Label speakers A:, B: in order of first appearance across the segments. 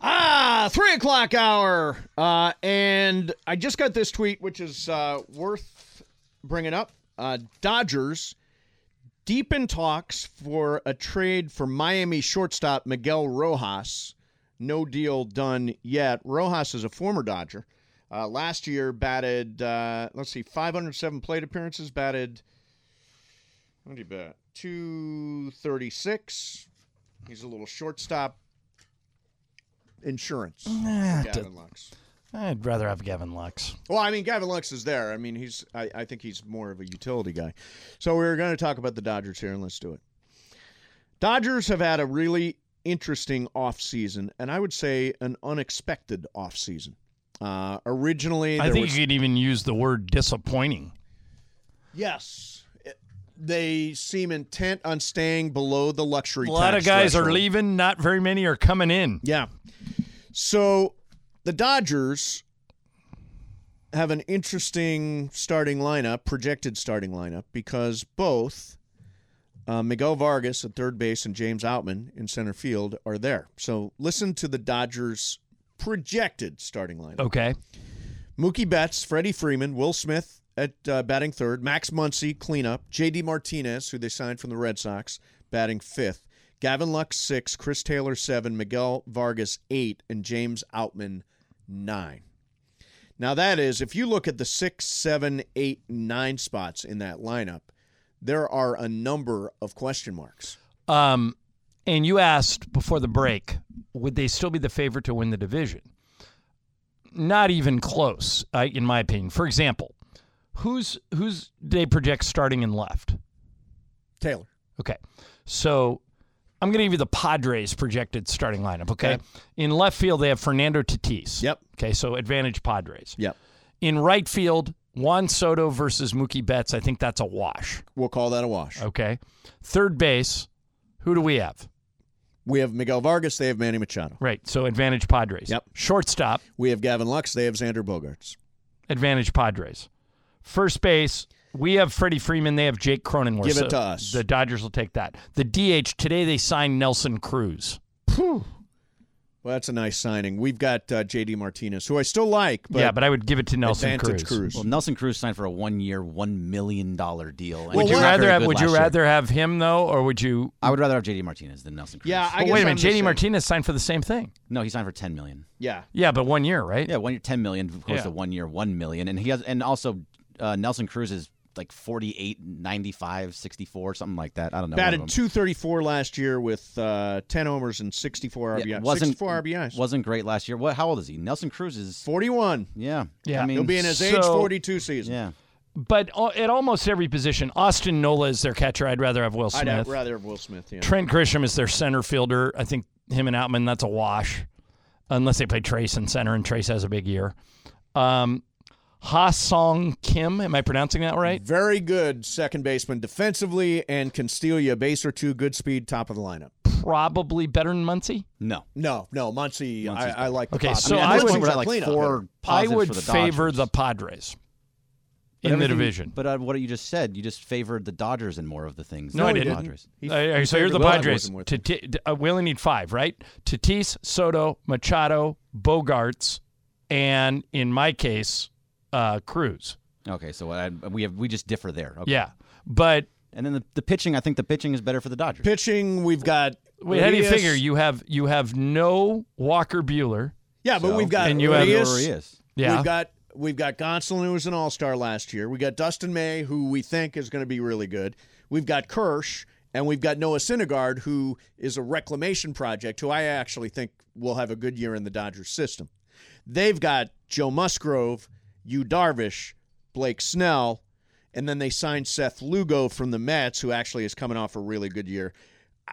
A: Ah, three o'clock hour. Uh, and I just got this tweet, which is uh, worth bringing up. Uh, Dodgers deep in talks for a trade for Miami shortstop Miguel Rojas. No deal done yet. Rojas is a former Dodger. Uh, last year, batted, uh, let's see, 507 plate appearances, batted, what did he bat? 236. He's a little shortstop insurance. for Gavin Lux.
B: I'd rather have Gavin Lux.
A: Well, I mean, Gavin Lux is there. I mean, he's. I, I think he's more of a utility guy. So we are going to talk about the Dodgers here, and let's do it. Dodgers have had a really interesting offseason, and I would say an unexpected offseason. Uh, originally,
B: I
A: there
B: think
A: was-
B: you could even use the word disappointing.
A: yes, It- they seem intent on staying below the luxury.
B: A lot
A: tax
B: of guys are
A: threshold.
B: leaving, not very many are coming in.
A: Yeah. So the Dodgers have an interesting starting lineup, projected starting lineup, because both uh, Miguel Vargas at third base and James Outman in center field are there. So listen to the Dodgers' projected starting lineup.
B: Okay.
A: Mookie Betts, Freddie Freeman, Will Smith at uh, batting third, Max Muncy cleanup, J.D. Martinez, who they signed from the Red Sox, batting fifth, Gavin Lux six, Chris Taylor seven, Miguel Vargas eight, and James Outman nine. Now that is, if you look at the six, seven, eight, nine spots in that lineup, there are a number of question marks.
B: Um, and you asked before the break, would they still be the favorite to win the division? Not even close, uh, in my opinion. For example, who's who's they project starting in left?
A: Taylor,
B: Okay. So I'm going to give you the Padres projected starting lineup. Okay?
A: Okay.
B: In left field, they have Fernando Tatis.
A: Yep.
B: Okay. So advantage Padres.
A: yep,
B: In right field, Juan Soto versus Mookie Betts. I think that's a wash.
A: we'll call that a wash.
B: Okay. Third base, who do we have?
A: We have Miguel Vargas, they have Manny Machado.
B: Right. So advantage Padres.
A: Yep.
B: Shortstop,
A: We have Gavin Lux, they have Xander Bogarts.
B: advantage Padres. First base, we have Freddie Freeman. They have Jake Cronenworth.
A: Give it
B: So
A: to us.
B: The Dodgers will take that. The DH today, they signed Nelson Cruz.
A: Well, that's a nice signing. We've got uh, JD Martinez, who I still like, but,
B: yeah, but I would give it to Nelson
A: advantage
B: Cruz.
A: Cruz.
C: Well, Nelson Cruz signed for a one-year, one million dollar deal. and
A: Well,
B: Would
C: he
B: you
A: what-
C: was not
B: rather
C: very
B: have,
C: good
B: would you
C: last year.
B: rather have him though, or would you?
C: I would rather have JD Martinez than Nelson Cruz.
A: Yeah, I
B: But
A: guess
B: wait a
A: I'm
B: minute,
A: the
B: JD
A: same.
B: Martinez signed for the same thing.
C: no, he signed for ten million.
A: Yeah,
B: Yeah, but one year, right?
C: Yeah, one year, ten million. Of course,
B: Yeah.
C: the one year, one million, and he has, and also uh, Nelson Cruz is like 48, 95, 64, something like that. I don't know. one of
A: batted
C: them.
A: 234 last year with uh, 10 homers and 64 RBIs.
C: Yeah,
A: 64 RBIs.
C: Wasn't great last year. What? How old is he? Nelson Cruz is.
A: 41.
C: Yeah.
B: Yeah.
C: I mean,
A: He'll be in his
B: So-
A: age 42 season.
C: yeah.
B: But al- at almost every position, Austin Nola is their catcher. I'd rather have Will
A: I'd
B: Smith.
A: have rather have Will Smith. Yeah.
B: Trent Grisham is their center fielder. I think him and Outman, that's a wash, unless they play Trace in center, and Trace has a big year. Um, Ha Song Kim, am I pronouncing that right?
A: Very good second baseman defensively and can steal you a base or two. Good speed, top of the lineup.
C: Mm-hmm.
B: Probably better than Muncie.
C: No.
A: No, no, Muncy. I, I like. The
B: Okay,
A: pop.
B: so
A: mean,
B: I
A: Muncy's
B: would-
A: a
C: we're at, like,
A: cleanup.
C: four- Positive
B: I would
C: for the
B: favor
C: Dodgers.
B: the Padres
C: But
B: in the
C: everything-
B: division.
C: But uh, what you just said, you just favored the Dodgers in more of the things.
B: No,
C: than
B: I
C: the
B: didn't.
C: Padgers.
A: He-
B: All right, so here's the
A: Well,
B: Padres.
A: wasn't worth it.
B: Tati- uh, we only need five, right? Tatis, Soto, Machado, Bogarts, and in my case, uh, Cruz.
C: Okay, so I, we have we just differ there. Okay.
B: Yeah, but
C: And then the, the pitching, I think the pitching is better for the Dodgers.
A: Pitching, we've got.
B: wait, how do you
A: Urias.
B: figure? You have you have no Walker Bueller.
A: Yeah, but
C: So-
A: we've got.
B: And you have
A: Urias.
C: Urias.
B: Yeah,
A: We've got we've got Gonsolin who was an All Star last year. We got Dustin May who we think is going to be really good. We've got Kirsch and we've got Noah Syndergaard who is a reclamation project who I actually think will have a good year in the Dodgers system. They've got Joe Musgrove, Yu Darvish, Blake Snell, and then they signed Seth Lugo from the Mets who actually is coming off a really good year. I-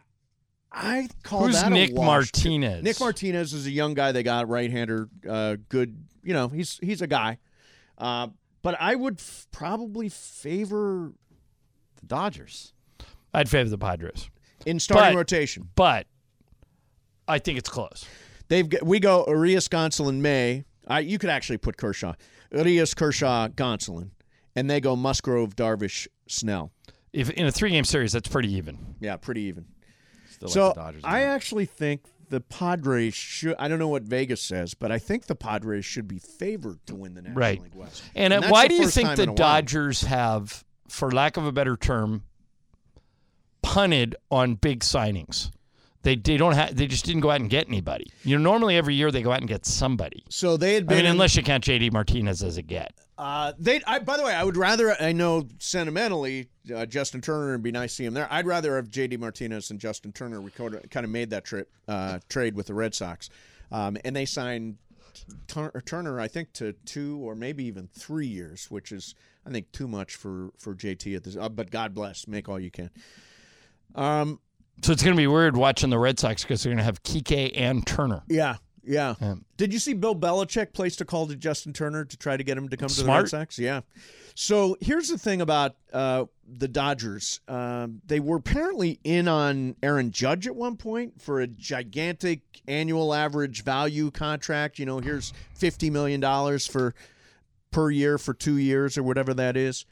A: I call
B: Who's
A: that a
B: Nick
A: wash.
B: Martinez?
A: Nick Martinez is a young guy they got, right-hander, uh, good. You know, he's he's a guy. Uh, but I would f- probably favor
C: The Dodgers.
B: I'd favor the Padres,
A: in starting
B: But-
A: rotation.
B: but I think it's close.
A: They've got, we go Arias, Gonsolin, May. I, you could actually put Kershaw, Arias, Kershaw, Gonsolin, and they go Musgrove, Darvish, Snell.
B: If in a three-game series, that's pretty even.
A: Yeah, pretty even.
C: Still
A: So
C: like the Dodgers.
A: I actually think the Padres should. I don't know what Vegas says, but I think the Padres should be favored to win the National
B: Right.
A: League West.
B: And, uh
A: that's
B: why
A: the
B: do you
A: first
B: think
A: time
B: the
A: in a while.
B: Dodgers have, for lack of a better term, punted on big signings? They they don't have they just didn't go out and get anybody. You know, normally every year they go out and get somebody.
A: So they had
B: I
A: been.
B: mean, unless you count JD Martinez as a get.
A: uh, they. I, by the way, I would rather. I know sentimentally, uh, Justin Turner would be nice to see him there. I'd rather have J.D. Martinez and Justin Turner. We kind of- kind of made that trip uh, trade with the Red Sox, um, and they signed. Tur- Turner, I think, to two or maybe even three years, which is, I think, too much for for JT at this. Uh, but God bless, make all you can. Um,
B: So it's going to be weird watching the Red Sox because they're going to have Kike and Turner.
A: Yeah, yeah.
B: Um,
A: Did you see Bill Belichick placed a call to Justin Turner to try to get him to come to the Red
B: Smart.
A: Sox? Yeah. So here's the thing about uh, the Dodgers. Um, they were apparently in on Aaron Judge at one point for a gigantic annual average value contract. You know, here's fifty million dollars for per year for two years or whatever that is.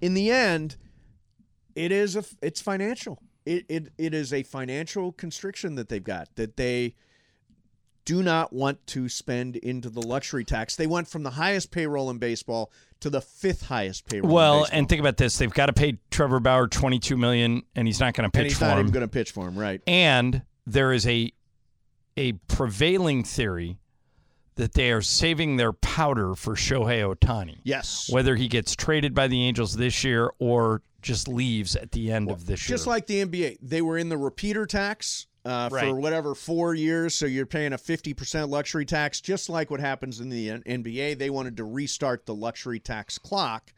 A: In the end, it is a it's financial. It it, it is a financial constriction that they've got that they do not want to spend into the luxury tax. They went from the highest payroll in baseball to the fifth highest payroll. in
B: Well,
A: baseball.
B: and think about this: they've got to pay Trevor Bauer twenty-two million, and he's not going to
A: and
B: pitch
A: he's
B: for
A: not
B: him.
A: even going to pitch for him, right?
B: and there is a a prevailing theory that they are saving their powder for Shohei Otani,
A: Yes.
B: whether he gets traded by the Angels this year or just leaves at the end of this
A: Just
B: year.
A: like the NBA, they were in the repeater tax uh,
B: Right.
A: for whatever four years, so you're paying a 50% luxury tax, just like what happens in the N- NBA. They wanted to restart the luxury tax clock,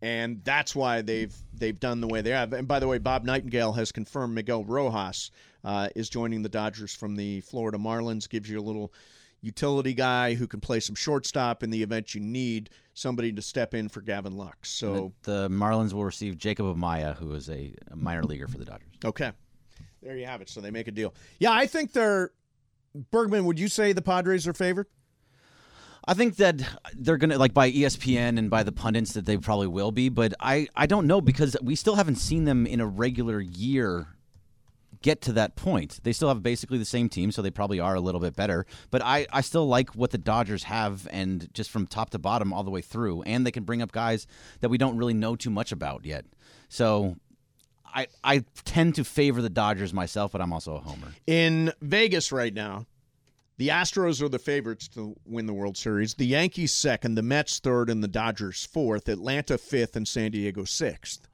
A: and that's why they've they've done the way they have. And by the way, Bob Nightingale has confirmed Miguel Rojas uh, is joining the Dodgers from the Florida Marlins. Gives you a little utility guy who can play some shortstop in the event you need somebody to step in for Gavin Lux. So
C: the Marlins will receive Jacob Amaya, who is a a minor leaguer for the Dodgers.
A: Okay. There you have it. So they make a deal. Yeah, I think they're Bergman, would you say the Padres are favored?
C: I think that they're gonna like by E ESPN and by the pundits that they probably will be, but I I don't know because we still haven't seen them in a regular year get to that point. They still have basically the same team, so they probably are a little bit better. But I I still like what the Dodgers have, and just from top to bottom all the way through, and they can bring up guys that we don't really know too much about yet. So. I, I tend to favor the Dodgers myself, but I'm also a homer.
A: In Vegas right now, the Astros are the favorites to win the World Series. The Yankees second, the Mets third, and the Dodgers fourth, Atlanta fifth, and San Diego sixth.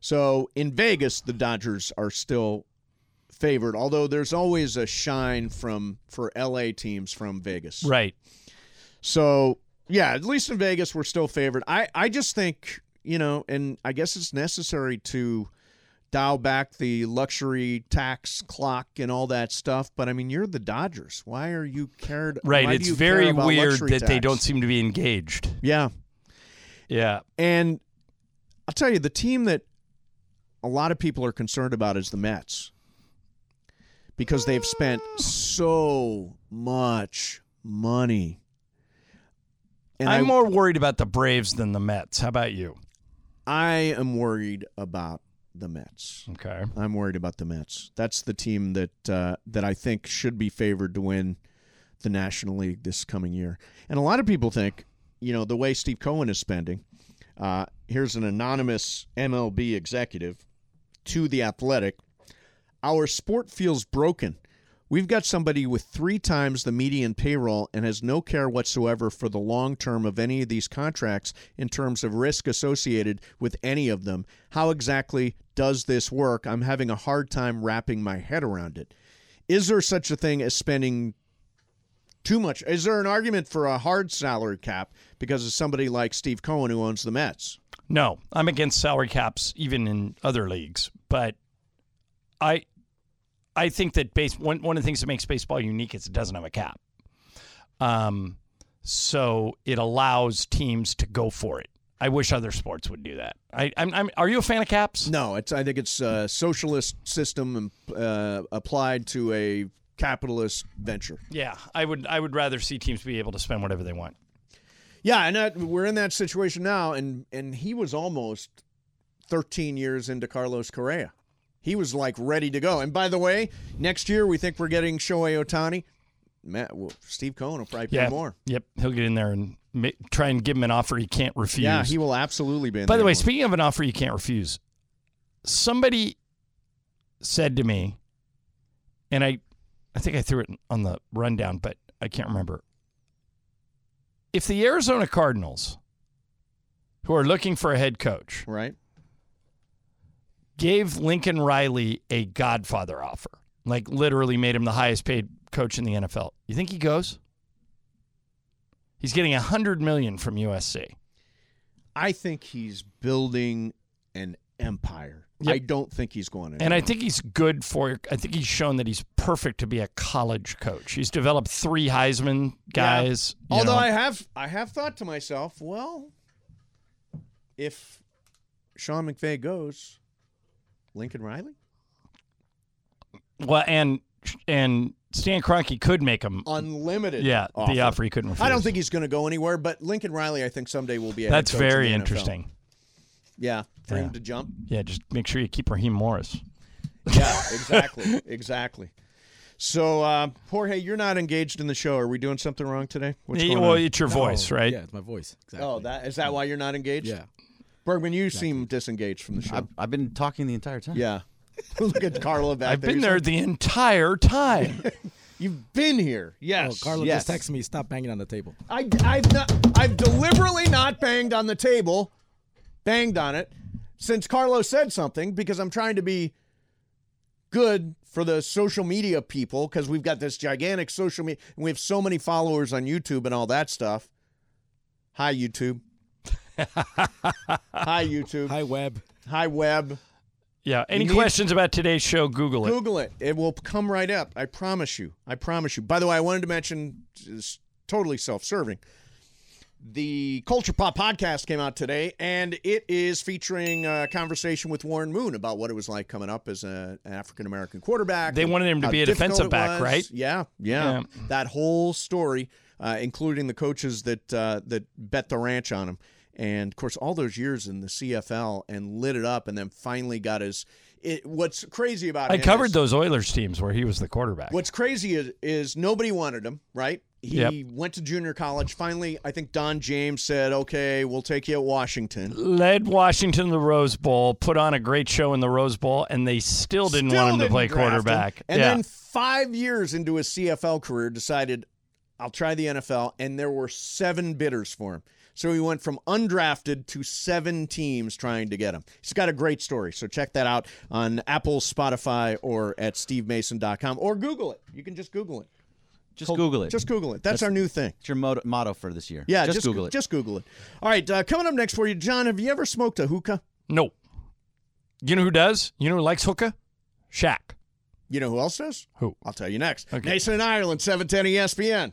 A: So in Vegas, the Dodgers are still favored, although there's always a shine from for LA teams from Vegas.
B: right.
A: So yeah, at least in Vegas, we're still favored. I I just think you know, and I guess it's necessary to dial back the luxury tax clock and all that stuff. But I mean, you're the Dodgers. Why are you cared?
B: Right.
A: why do
B: It's
A: you
B: very
A: care about
B: weird
A: luxury
B: that they
A: tax?
B: don't seem to be engaged.
A: Yeah,
B: Yeah.
A: and I'll tell you, the team that a lot of people are concerned about is the Mets because they've spent so much money. And
B: I'm
A: I-
B: more worried about the Braves than the Mets. How about you?
A: I am worried about the Mets.
B: Okay.
A: I'm worried about the Mets. That's the team that uh, that I think should be favored to win the National League this coming year. And a lot of people think, you know, the way Steve Cohen is spending. Uh, here's an anonymous MLB executive to the Athletic. Our sport feels broken. We've got somebody with three times the median payroll and has no care whatsoever for the long term of any of these contracts in terms of risk associated with any of them. How exactly does this work? I'm having a hard time wrapping my head around it. Is there such a thing as spending too much? Is there an argument for a hard salary cap because of somebody like Steve Cohen who owns the Mets?
B: No, I'm against salary caps even in other leagues, but I I think that base one one of the things that makes baseball unique is it doesn't have a cap. Um so it allows teams to go for it. I wish other sports would do that. I, I'm, I'm, are you a fan of caps?
A: No, it's. I think it's a socialist system uh, applied to a capitalist venture.
B: Yeah, I would. I would rather see teams be able to spend whatever they want.
A: Yeah, and that, we're in that situation now. And and he was almost 13 years into Carlos Correa. He was like ready to go. And by the way, next year we think we're getting Shohei Otani. Matt, well, Steve Cohen will probably pay
B: Yeah.
A: more.
B: Yep. He'll get in there and ma- try and give him an offer he can't refuse.
A: Yeah, he will absolutely be. In
B: By the
A: there
B: way,
A: more.
B: speaking of an offer you can't refuse, somebody said to me, and I, I think I threw it on the rundown, but I can't remember. If the Arizona Cardinals, who are looking for a head coach,
A: right?
B: gave Lincoln Riley a Godfather offer, like literally made him the highest paid coach in the NFL, you think he goes? He's getting a hundred million from USC.
A: I think he's building an empire.
B: Yep.
A: I don't think he's going anywhere.
B: And I think he's good for. I think he's shown that he's perfect to be a college coach. He's developed three Heisman guys. you
A: Although
B: know.
A: I have I have thought to myself, well, if Sean McVay goes, Lincoln Riley
B: well, and and Stan Kroenke could make him.
A: unlimited.
B: Yeah, the
A: offer.
B: offer he couldn't. Refuse.
A: I don't think he's going to go anywhere, but Lincoln Riley, I think someday will be. A head
B: that's
A: coach in
B: very
A: the NFL.
B: interesting.
A: Yeah, for
B: Yeah.
A: him to jump.
B: Yeah, just make sure you keep Raheem Morris.
A: Yeah, exactly, exactly. So, uh, Jorge, you're not engaged in the show. Are we doing something wrong today? What's
B: Yeah,
A: going
B: well,
A: on?
B: it's your voice, right?
D: Yeah, it's my voice. Exactly.
A: oh, that is that why you're not engaged?
D: yeah.
A: Bergman, you seem disengaged from the show.
C: I've, I've been talking the entire time.
A: yeah. Look at Carla back
B: I've
A: there.
B: been
A: He's
B: there
A: like,
B: the entire time.
A: You've been here.
D: Oh,
A: Yes.
D: Carla
C: yes.
D: just texted me. Stop banging on the table.
A: I, I've not. I've deliberately not banged on the table, banged on it, since Carlos said something because I'm trying to be good for the social media people because we've got this gigantic social media and we have so many followers on YouTube and all that stuff. Hi YouTube. Hi YouTube. Hi,
D: Hi, Web.
A: web.
B: yeah. Any
A: need-
B: questions about today's show? Google it.
A: Google it. It will come right up. I promise you. I promise you. By the way, I wanted to mention it's totally self-serving. The Culture Pop podcast came out today, and it is featuring a conversation with Warren Moon about what it was like coming up as a, an African American quarterback.
B: They wanted him to
A: how
B: be a
A: difficult
B: defensive
A: it
B: back,
A: was.
B: right?
A: Yeah, yeah,
B: Yeah.
A: That whole story, uh, including the coaches that uh, that bet the ranch on him, and of course all those years in the CFL and lit it up, and then finally got his. It, what's crazy about
B: I
A: him
B: covered
A: is-
B: those Oilers teams where he was the quarterback.
A: What's crazy is, is nobody wanted him, right? He
B: Yep.
A: went to junior college. Finally, I think Don James said, "Okay, we'll take you at Washington."
B: led Washington to the Rose Bowl, put on a great show in the Rose Bowl, and they still didn't
A: Still
B: want him to
A: didn't
B: play
A: draft him.
B: quarterback.
A: And
B: yeah.
A: then five years into his CFL career, decided, "I'll try the NFL," and there were seven bidders for him. So he went from undrafted to seven teams trying to get him. He's got a great story. So check that out on Apple, Spotify, or at stevemason.com or Google it. You can just Google it.
C: Just Google it.
A: Just Google it. That's our new thing.
C: It's your motto, motto for this year.
A: Yeah,
C: Just, Google it.
A: Just Google it. All right, uh, coming up next for you, John. Have you ever smoked a hookah?
B: no. You know who does? You know who likes hookah? Shaq.
A: You know who else does?
B: Who?
A: I'll tell you next.
B: Okay.
A: Mason in Ireland, seven ten E ESPN.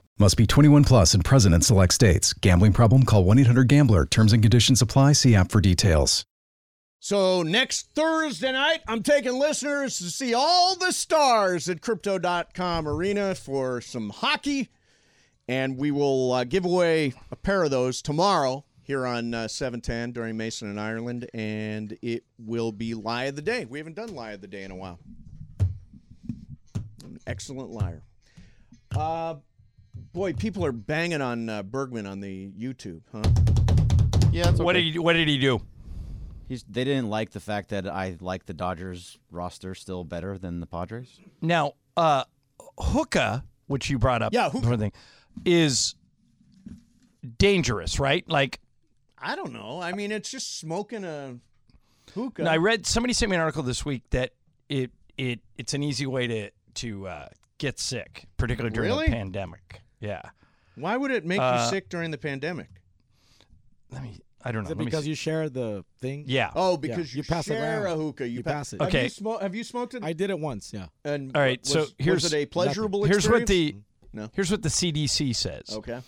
E: Must be 21 plus and present in select states. Gambling problem? Call 1 800 Gambler. Terms and conditions apply. See app for details.
A: So next Thursday night, I'm taking listeners to see all the stars at Crypto.com Arena for some hockey. And we will uh, give away a pair of those tomorrow here on uh, 710 during Mason and Ireland. And it will be Lie of the Day. We haven't done Lie of the Day in a while. An excellent liar. Uh, boy, people are banging on uh, Bergman on the YouTube, huh?
F: Yeah, that's okay.
B: What did he, what did he do?
C: He's, they didn't like the fact that I like the Dodgers roster still better than the Padres.
B: Now, uh, hookah, which you brought up,
A: Yeah, hookah.
B: before the thing, is dangerous, right? Like
A: I don't know. I mean, it's just smoking a hookah.
B: now I read somebody sent me an article this week that it it it's an easy way to to uh, get sick, particularly during
A: Really?
B: the pandemic. Yeah,
A: Why would it make you sick during the pandemic?
B: let me. I don't know.
D: Is it
B: Let me
D: because
B: see.
D: you share the thing?
B: yeah.
A: Oh, because
D: you
A: you,
D: pass it
A: share
D: around.
A: a hookah. You,
D: You
A: pa-
D: pass it.
A: Have
B: Okay.
A: you, smo- have you smoked it?
D: I did it once. Yeah.
A: and
B: All right,
A: was-
B: so here's-
A: was it a pleasurable
B: Here's what
A: experience?
B: the
A: No. Oh.
B: here's what the CDC says.
A: okay.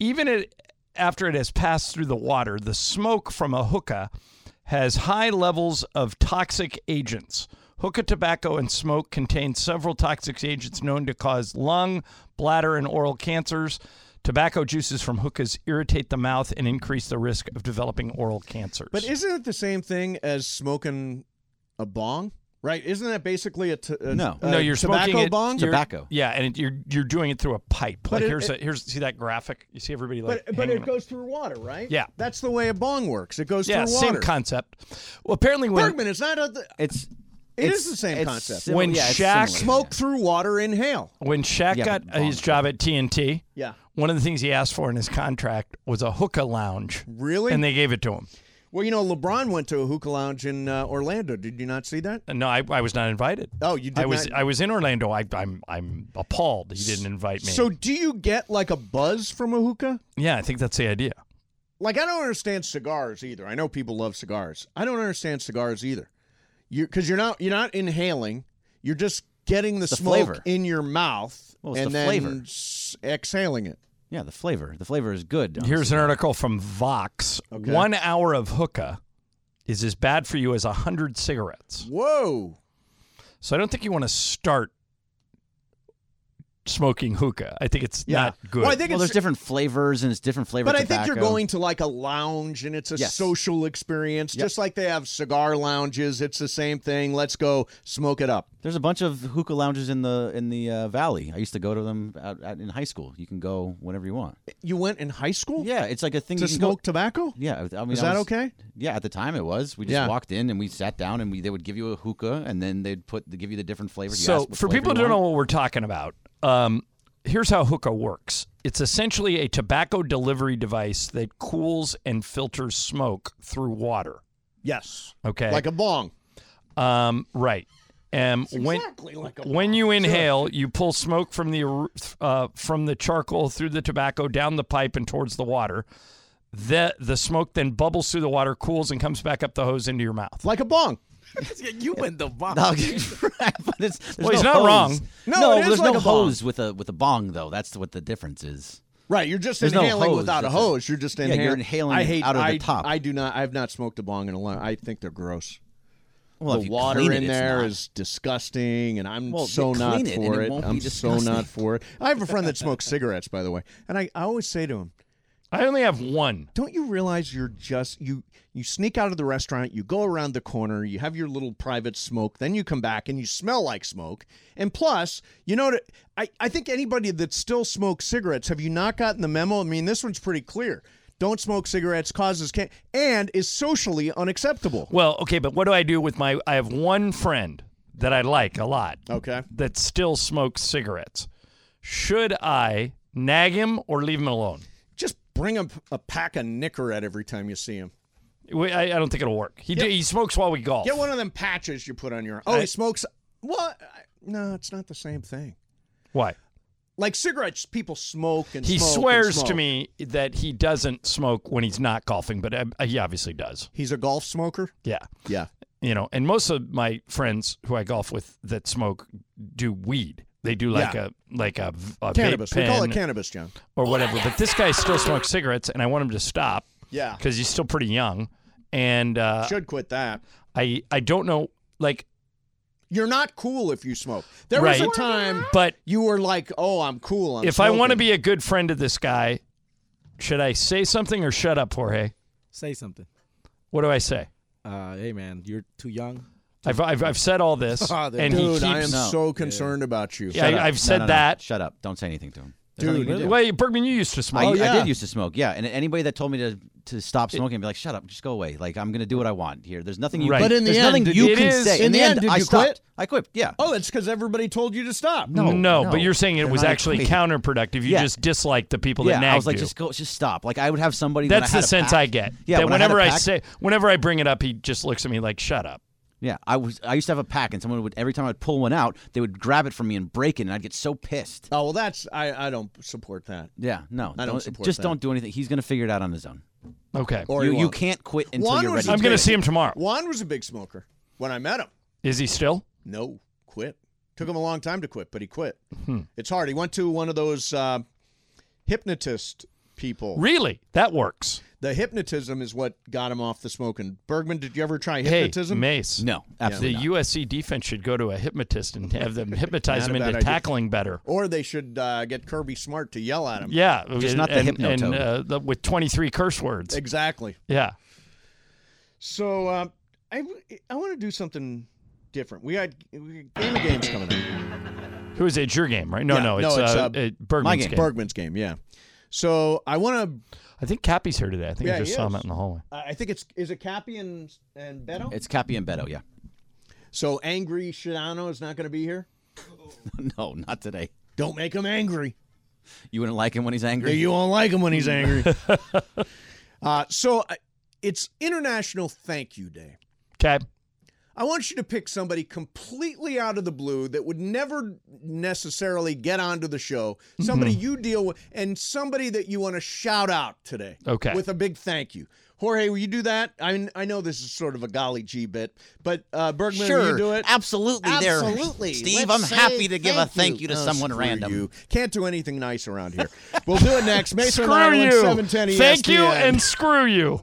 B: even it, after it has passed through the water, the smoke from a hookah has high levels of toxic agents. Hookah tobacco and smoke contain several toxic agents known to cause lung, bladder, and oral cancers. Tobacco juices from hookahs irritate the mouth and increase the risk of developing oral cancers.
A: But isn't it the same thing as smoking a bong? Right? Isn't that basically a, t- a
C: No.
A: a
B: no, you're
A: tobacco
B: smoking it,
A: bong?
B: you're-
C: Tobacco.
B: Yeah, and it, you're you're doing it through a pipe. like
A: it-
B: here's
A: it-
B: a, here's see that graphic. You see everybody like.
A: but but
B: hanging-
A: it goes through water, right?
B: Yeah.
A: That's the way a bong works. It goes
B: Yeah,
A: through water.
B: same concept. Well, apparently when
A: Bergman, it's not a. th-
C: It's
A: It
C: it's,
A: is the same
C: it's
A: concept.
C: simi-
B: When
C: yeah, it's
B: Shaq-
C: similar,
A: Smoke
C: yeah.
A: through water, inhale.
B: when Shaq
C: Yeah,
B: got
C: but
B: his
C: bonk.
B: job at TNT,
A: Yeah.
B: one of the things he asked for in his contract was a hookah lounge,
A: Really?
B: and they gave it to him.
A: Well, you know, LeBron went to a hookah lounge in uh, Orlando. Did you not see that?
B: And no, I, I was not invited.
A: Oh, you did
B: I was
A: not-
B: I was in Orlando. I, I'm I'm appalled he didn't invite me.
A: So, do you get like a buzz from a hookah?
B: yeah, I think that's the idea.
A: Like, I don't understand cigars either. I know people love cigars. I don't understand cigars either. You because you're not you're not inhaling. You're just getting the,
C: The
A: smoke
C: flavor.
A: in your mouth
C: Well, it's
A: and
C: the
A: then
C: flavor.
A: s- exhaling it.
C: Yeah, the flavor. The flavor is good.
B: Here's an article from Vox. One hour of hookah is as bad for you as a hundred cigarettes.
A: Whoa!
B: So I don't think you want to start smoking hookah. I think it's not good.
A: Well, I think
C: well,
A: it's
C: there's different flavors and it's different flavor.
A: But I think you're
C: tobacco.
A: going to like a lounge and it's a
C: Yes.
A: social experience, just like they have cigar lounges. It's the same thing. Let's go smoke it up.
C: There's a bunch of hookah lounges in the in the uh, valley. I used to go to them out, out in high school. You can go whenever you want.
A: You went in high school
C: Yeah, it's like a thing
A: to
C: you can
A: smoke
C: Go,
A: tobacco?
C: yeah, I was- I mean,
A: Is
C: I
A: that
C: was-
A: okay?
C: Yeah, at the time it was. We just
A: Yeah.
C: walked in and we sat down and we they would give you a hookah and then they'd put they give you the different flavors. You
B: So,
C: asked what
B: for
C: flavor
B: people
C: you
B: who don't know
C: want.
B: what we're talking about, um, here's how hookah works it's essentially a tobacco delivery device that cools and filters smoke through water.
A: Yes.
B: Okay.
A: Like a bong.
B: um, right. Um, when when you inhale, you pull smoke from the ar- uh, from the charcoal through the tobacco down the pipe and towards the water. The the smoke then bubbles through the water, cools, and comes back up the hose into your mouth.
A: Like a bong.
D: you went the bomb.
C: Right, but it's- there's
B: Well, he's
C: no
B: not
C: hose.
B: wrong.
A: No, it is
C: there's
A: like
C: no
A: a bong.
C: hose with a with a bong though. That's what the difference is.
A: Right. You're just
C: There's no
A: inhaling
C: hose,
A: without a
C: it's a-
A: hose. You're just
C: Yeah, you're
A: inhaling.
C: inhaling
A: I
C: it
A: hate,
C: out of the
A: I-
C: top.
A: I do not. I've not smoked a bong in a long I think they're gross.
C: Well, if
A: the
C: you
A: water
C: clean it,
A: in
C: it's
A: there is
C: not.
A: disgusting, and I'm
C: Well,
A: so
C: you
A: not
C: clean it and
A: for
C: it
A: it.
C: won't be
A: I'm so not
C: disgusting.
A: for it. I have a friend that smokes cigarettes, by the way, and I, I always say to him,
B: I only have one.
A: don't you realize you're just you you sneak out of the restaurant you go around the corner you have your little private smoke then you come back and you smell like smoke and plus you know what- I, I think anybody that still smokes cigarettes have you not gotten the memo i mean this one's pretty clear don't smoke cigarettes causes can and is socially unacceptable
B: Well, okay, but what do I do with my? I have one friend that I like a lot
A: okay
B: that still smokes cigarettes. Should I nag him or leave him alone?
A: just bring a, a pack of nicorette every time you see him
B: We- I, I don't think it'll work. He d he smokes while we golf.
A: get one of them patches you put on your oh he smokes what no it's not the same thing
B: Why?
A: like cigarettes people smoke and
B: He
A: smoke and
B: swears to
A: smoke.
B: me that he doesn't smoke when he's not golfing, but uh, he obviously does.
A: He's a golf smoker.
B: Yeah,
A: Yeah.
B: you know. And most of my friends who I golf with that smoke do weed. They do like
A: Yeah.
B: a like a, v- a vape
A: Cannabis. We call it
B: pen
A: cannabis, John.
B: or whatever. But this guy still smokes cigarettes, and I want him to stop.
A: Yeah.
B: because he's still pretty young. and uh,
A: Should quit that.
B: I I don't know like
A: You're not cool if you smoke. There was
B: Right.
A: a time
B: but
A: you were like, "Oh, I'm cool." I'm
B: if I want to
A: smoking.
B: be a good friend to this guy, should I say something or shut up, Jorge?
D: Say something.
B: What do I say?
D: Uh, hey man, you're too young.
B: I've I've, I've said all this,
C: Oh,
D: Ah, there
B: and
D: it
B: he
A: dude,
B: keeps.
A: I am
C: No.
A: so concerned about you.
B: Yeah, I-
C: Shut up.
B: I've
C: No,
B: said
C: no, no.
B: that.
C: Shut up. Don't say anything to him. There's nothing
A: dude,
C: you can do.
B: Wait, Bergman, you used to smoke.
C: I,
A: Oh,
C: I
A: yeah.
C: did used to smoke, yeah. And anybody that told me to to stop smoking, I'd be like, "Shut up, just go away." Like I'm gonna do what I want here. There's nothing you.
B: Right. But
A: in the
C: there's
A: end,
C: nothing
A: did
C: you
B: you-
C: can
B: It is-
C: say.
A: in the end, did
C: I
A: you
C: stopped.
A: quit?
C: I quit. Yeah.
A: Oh, that's because everybody told you to stop.
B: no,
C: no,
B: but you're saying it
C: they're
B: was
C: not
B: actually
C: equated.
B: counterproductive. You
C: Yeah.
B: just dislike the people that
C: yeah.
B: nag
C: I was like,
B: you.
C: just go, just stop. Like I would have somebody. when I
B: That's the
C: had a
B: sense
C: pack-
B: I get.
C: Yeah.
B: that
C: when I had a
B: whenever I,
C: pack-
B: say, whenever I bring it up, he just looks at me like, "Shut up."
C: Yeah, I was. I used to have a pack, and someone would every time I'd pull one out, they would grab it from me and break it, and I'd get so pissed.
A: Oh well, that's I. I don't support that.
C: Yeah, no,
A: I don't support
C: just
A: that.
C: don't do anything. He's gonna figure it out on his own.
B: Okay,
A: Or
C: you,
A: he
C: you
A: won't.
C: can't quit until
A: Juan
C: you're
A: was
C: ready.
A: a
B: I'm
C: to
B: going to
C: quit.
B: see him tomorrow.
A: Juan was a big smoker when I met him.
B: Is he still?
A: No, quit. Took him a long time to quit, but he quit. It's hard. He went to one of those uh, hypnotist people.
B: Really? That works.
A: the hypnotism is what got him off the smoking. Bergman, did you ever try hypnotism?
B: Hey, Mace.
C: No,
B: The
C: absolutely not.
B: USC defense should go to a hypnotist and have them hypnotize
A: Not a
B: him
A: bad
B: into
A: idea.
B: tackling better.
A: or they should uh, get Kirby Smart to yell at him.
B: Yeah,
C: Just not the
B: and,
C: hypnotoad.
B: and, uh, the, with 23 curse words.
A: Exactly.
B: Yeah.
A: So uh, I I want to do something different. We got we got game of games coming up.
B: Who is it? It's your game, right? No,
A: Yeah,
B: no,
A: no,
B: it's,
A: it's,
B: uh,
A: uh,
B: uh, Bergman's
C: game.
B: game.
A: Bergman's game, yeah. So I want to.
B: I think Cappy's here today. I think I
A: Yeah,
B: just
A: he
B: saw him
A: is.
B: out in the hallway.
A: I think it's is it Cappy and and Beto.
C: It's Cappy and Beto. Yeah,
A: so angry Shadano is not going to be here.
C: no, not today.
A: Don't make him angry.
C: You wouldn't like him when he's angry.
A: You won't like him when he's angry. uh, so I, it's International Thank You Day.
B: Okay.
A: I want you to pick somebody completely out of the blue that would never necessarily get onto the show, somebody you deal with, and somebody that you want to shout out today.
B: Okay.
A: With a big thank you. Jorge, will you do that? I, I know this is sort of a golly gee bit, but uh, Bergman, will you do it?
C: Absolutely, there.
A: Absolutely.
C: Steve.
A: Let's
C: I'm
A: say
C: happy to give a thank you to
A: Oh,
C: someone
A: screw
C: random.
A: You. Can't do anything nice around here. We'll do it next. Mason and
B: Screw
A: Ireland, E
B: you.
A: 710
B: Thank you
A: ESPN.
B: and screw you.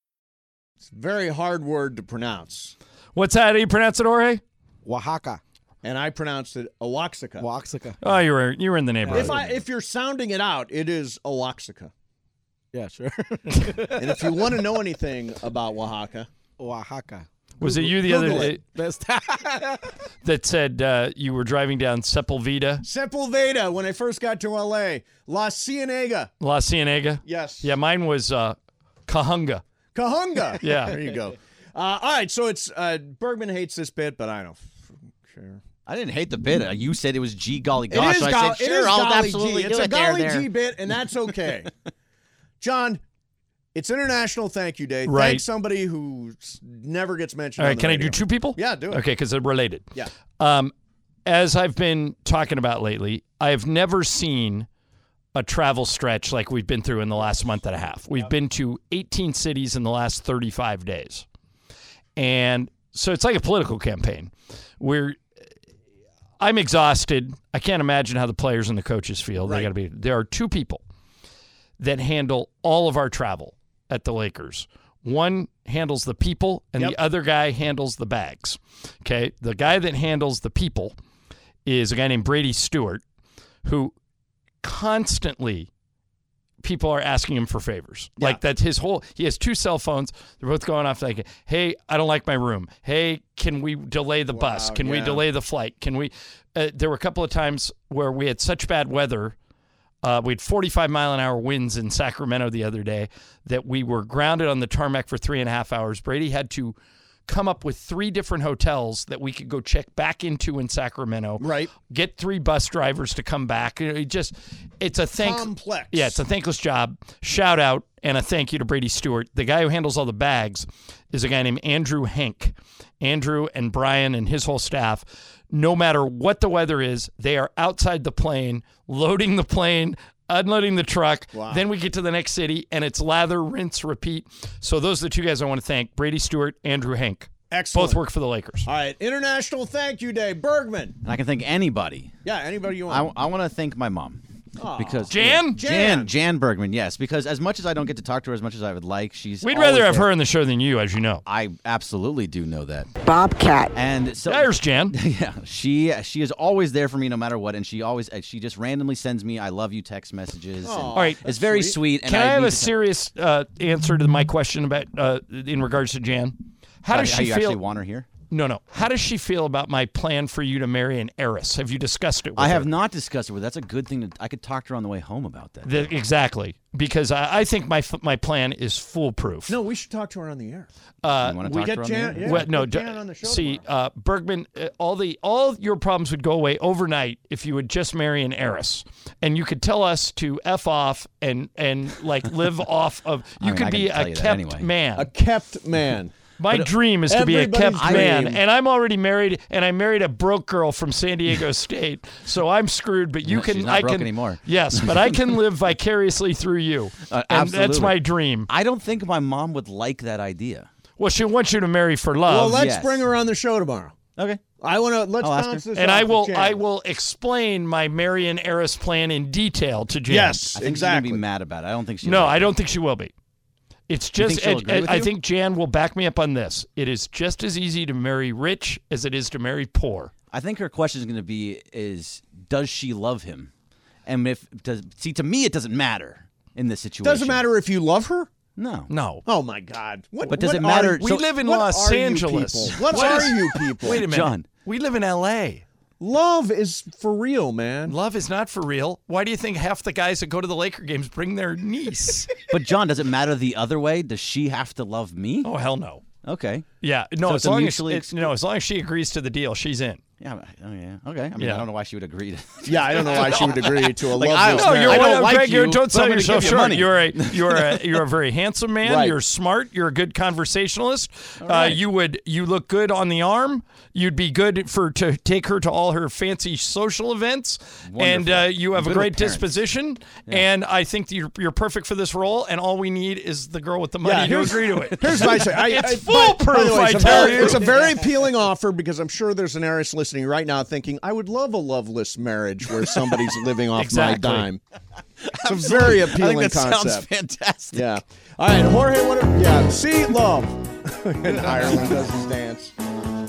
A: It's a very hard word to pronounce,
B: What's that? How do you pronounce it, Jorge?
D: Oaxaca.
A: and I pronounced it Awaxica.
D: Oaxaca.
B: Oh, you were you were in the neighborhood.
A: If I if you're sounding it out, it is Oaxaca.
D: Yeah, sure.
A: And if you want to know anything about Oaxaca,
D: Oaxaca.
B: was it you the other
A: Google
B: day
A: it.
D: Best.
B: that said uh, you were driving down Sepulveda,
A: Sepulveda. When I first got to LA, La Cienega.
B: La Cienega?
A: Yes.
B: Yeah, mine was uh, Kahunga.
A: Cahunga.
B: Yeah.
A: There you go. Uh, all right. So it's uh, Bergman hates this bit, but I don't f- care.
C: I didn't hate the bit. Uh, You said it was G golly
A: It
C: gosh.
A: is
C: so I
A: gol-
C: said,
A: it
C: sure,
A: is
C: I'll
A: golly
C: absolutely
A: G.
C: do
A: It's a
C: it there,
A: golly
C: there.
A: G bit, and that's okay. John, it's International Thank You Day.
B: Right.
A: Thank somebody who s- never gets mentioned.
B: All
A: on
B: right,
A: the
B: can I
A: radio.
B: do two people?
A: Yeah, do it.
B: Okay, because they're related.
A: Yeah.
B: Um, as I've been talking about lately, I've never seen a travel stretch like we've been through in the last month and a half. We've been to 18 cities in the last 35 days. And so it's like a political campaign where I'm exhausted. I can't imagine how the players and the coaches feel. They got to be there are two people that handle all of our travel at the Lakers. One handles the people, and the other guy handles the bags. Okay. The guy that handles the people is a guy named Brady Stewart, who constantly people are asking him for favors. Like that's his whole. He has two cell phones. They're both going off like, "Hey, I don't like my room. Hey, can we delay the bus? Can we
A: yeah.
B: delay the flight? Can we?" Uh, there were a couple of times where we had such bad weather. Uh, we had 45 mile an hour winds in Sacramento the other day that we were grounded on the tarmac for three and a half hours. Brady had to come up with three different hotels that we could go check back into in Sacramento.
A: Right.
B: Get three bus drivers to come back. You know, It just, it's a thank.
A: Complex.
B: Yeah, it's a thankless job. Shout out and a thank you to Brady Stewart. The guy who handles all the bags is a guy named Andrew Hank. Andrew and Brian and his whole staff, no matter what the weather is, they are outside the plane, loading the plane, unloading the truck. Then we get to the next city and it's lather, rinse, repeat. So those are the two guys I want to thank Brady Stewart, Andrew Hank.
A: Excellent.
B: Both work for the Lakers.
A: All right, International Thank You Day, Bergman.
C: And I can thank anybody.
A: Yeah, anybody you
C: I,
A: want.
C: I want to thank my mom because
B: Jan?
A: Jan.
C: Jan Jan Bergman, yes, because as much as I don't get to talk to her as much as I would like, she's
B: We'd
C: always
B: rather have
C: there.
B: her on the show than you, as you know.
C: I absolutely do know that,
G: Bobcat.
C: and so
B: There's Jan.
C: yeah, she she is always there for me no matter what, and she always uh, she just randomly sends me "I love you" text messages. All
B: right.
C: it's very sweet. and
B: Can I, have
C: need
B: a
C: to-
B: serious uh, answer to my question about uh, in regards to Jan? How does she
C: you
B: feel?
C: actually want her here?
B: no, no. How does she feel about my plan for you to marry an heiress? Have you discussed it? with
C: I have
B: her?
C: not discussed it with. her. That's a good thing. To, I could talk to her on the way home about that.
B: The- exactly because I, I think my f- my plan is foolproof.
A: no, we should talk to her on the air.
C: you want to
A: We
C: talk to her
A: get
C: on
A: Jan.
C: the air?
A: yeah,
B: Well, no,
A: get
B: d-
A: Jan on the show.
B: see,
A: tomorrow.
B: uh, Bergman, uh, all the all your problems would go away overnight if you would just marry an heiress, and you could tell us to f off and and like live off of. You
C: mean,
B: could
C: I can
B: be
C: tell
B: a
C: you that
B: kept
C: anyway.
B: man,
A: a kept man.
B: My dream is to be a kept
A: uh, everybody's
B: man,
A: dream-
B: and I'm already married, and I married a broke girl from San Diego State, so I'm screwed. But you
C: Yeah,
B: can,
C: she's not
B: I
C: broke
B: can,
C: anymore.
B: yes, but I can live vicariously through you,
C: Uh,
B: and that's
C: absolutely.
B: my dream.
C: I don't think my mom would like that idea.
B: Well, she wants you to marry for
A: Well,
B: love,
A: let's
C: yes.
A: bring her on the show tomorrow.
C: Okay.
A: Oh, I want to let's
C: I'll ask
A: bounce
C: her.
A: this
B: and
A: off
B: I
A: the
B: will,
A: Jan.
B: I will explain my Marion Eris plan in detail to Jan.
A: Yes,
C: I think she's
A: exactly.
C: gonna be mad about it. I don't think she.
B: No, I don't think she will be. It's
C: You
B: just,
C: think she'll
B: and-
C: agree
B: and
C: with
B: I
C: you?
B: think Jan will back me up on this. It is just as easy to marry rich as it is to marry poor.
C: I think her question is going to be: Is does she love him? And if does see to me, it doesn't matter in this situation.
A: Doesn't matter if you love her.
C: No.
B: No.
A: Oh my God! What,
C: But does
A: what
C: it matter-
A: Are,
B: We
C: So-
B: live in
A: what
B: Los
A: are you
B: Angeles.
A: people? What are
B: is-
A: you people?
B: Wait a minute.
C: John.
B: We live in LA.
A: Love is for real, man.
B: Love is not for real. Why do you think half the guys that go to the Laker games bring their niece?
C: But John, does it matter the other way? Does she have to love me?
B: oh hell no.
C: Okay.
B: Yeah, no.
C: So
B: as
C: it's a
B: long as
C: mutually
B: it's- no, as long as she agrees to the deal, she's in.
C: Yeah. but- Oh yeah. Okay. I mean,
B: Yeah.
C: I don't know why she would agree to.
A: Yeah, I don't know why she would agree to a
C: Like, I-
A: love this
C: No,
A: man.
C: you're I don't
B: of-
C: like
B: Greg,
C: you,
B: don't
C: but
B: sell
C: I'm gonna
B: yourself
C: give you
B: short.
C: money.
B: You're a you're a you're a very handsome man.
A: Right.
B: You're smart. You're a good conversationalist. Uh,
C: right.
B: you would you look good on the arm. You'd be good for to take her to all her fancy social events. And
C: Wonderful.
B: uh, you have
C: Good
B: a
C: with
B: great
C: parents.
B: disposition. And I think that you're you're perfect for this role. And all we need is the girl with the money
A: Yeah,
B: to
A: here's-
B: agree to it.
A: Here's what I say. I,
B: It's
A: I-
B: foolproof,
A: by the way,
B: I
A: it's a
B: tell
A: very-
B: you.
A: It's a very appealing offer because I'm sure there's an heiress listening right now thinking, I would love a loveless marriage where somebody's living off
B: Exactly.
A: my dime. It's a very
C: I think
A: appealing
C: that
A: concept.
C: sounds fantastic.
A: yeah. All right, Jorge, what are, yeah, see love. and Ireland does his dance.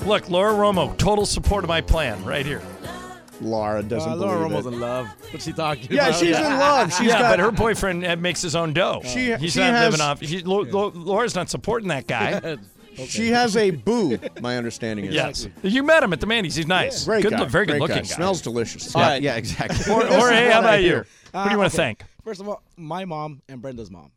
B: Look, Laura Romo, total support of my plan right here.
A: Laura doesn't
D: Uh, Laura
A: believe
D: Romo's
A: it.
D: in love. What's she talking
A: Yeah,
D: about?
A: she's in love. She's
B: yeah,
A: got
B: but her boyfriend uh, makes his own dough.
A: She-
B: He's
A: she
B: not
A: has-
B: living off. He, Lo- Lo- Laura's not supporting that guy.
A: she has a boo, my understanding is.
B: Yes. You met him at the Mandy's. He's nice.
A: Great
B: good,
A: guy.
B: look- very good
A: great
B: looking guy.
A: Smells delicious.
C: Yeah,
A: All right.
C: yeah, exactly.
B: Or, or hey, how about you?
A: Ah,
B: Who do you
D: Uh,
B: want
D: okay.
B: to thank?
D: First of all, my mom and Brenda's mom.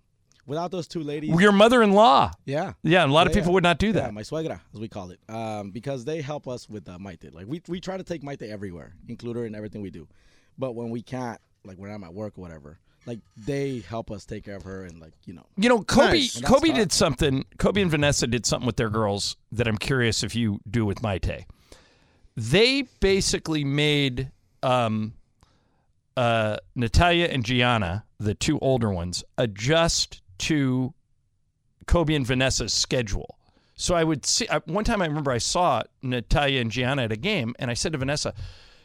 D: Without those two ladies,
B: Your mother-in-law.
D: yeah,
B: Yeah, a lot of
D: Yeah,
B: people
D: yeah.
B: would not do
D: Yeah,
B: that.
D: my suegra, as we call it, um, because they help us with uh, Maite. Like we, we try to take Maite everywhere, include her in everything we do. But when we can't, like when I'm at work or whatever, like they help us take care of her and like you know.
B: You know, Kobe.
A: Nice.
B: Kobe did something. Kobe and Vanessa did something with their girls that I'm curious if you do with Maite. They basically made um, uh, Natalia and Gianna, the two older ones, adjust to Kobe and Vanessa's schedule. So I would see I, one time I remember I saw Natalia and Gianna at a game, and I said to Vanessa,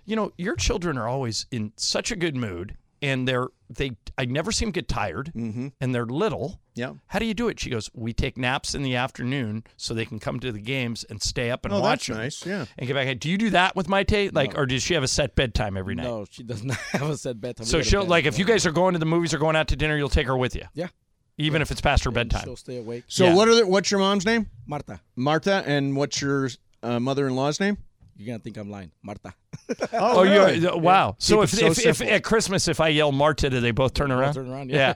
B: "You know, your children are always in such a good mood, and they're they I never see them get tired and they're little.
A: Mm-hmm. Yeah.
B: How do you do it? She goes, "We take naps in the afternoon so they can come to the games and stay up and
A: Oh,
B: watch
A: that's
B: 'em
A: nice. Yeah.
B: and get back." Do you do that with my Tate? Like, or does she have a set bedtime every night?
D: No, she does not have a set bedtime.
B: So
D: We go to
B: she'll
D: bed
B: like
D: at
B: if you
D: one.
B: guys are going to the movies or going out to dinner, you'll take her with you,
D: yeah,
B: even if it's past her bedtime.
D: she'll stay awake.
A: So
B: Yeah.
A: what are the, what's your mom's name?
D: Marta,
A: Martha, and what's your uh, mother-in-law's name?
D: you're gonna think I'm lying. Marta,
B: Oh, you're, wow! So
A: Keep
B: if
A: it so
B: if, if
A: simple.
B: at Christmas if I yell Marta, do they both turn around?
D: turn around. Yeah,
B: Yeah.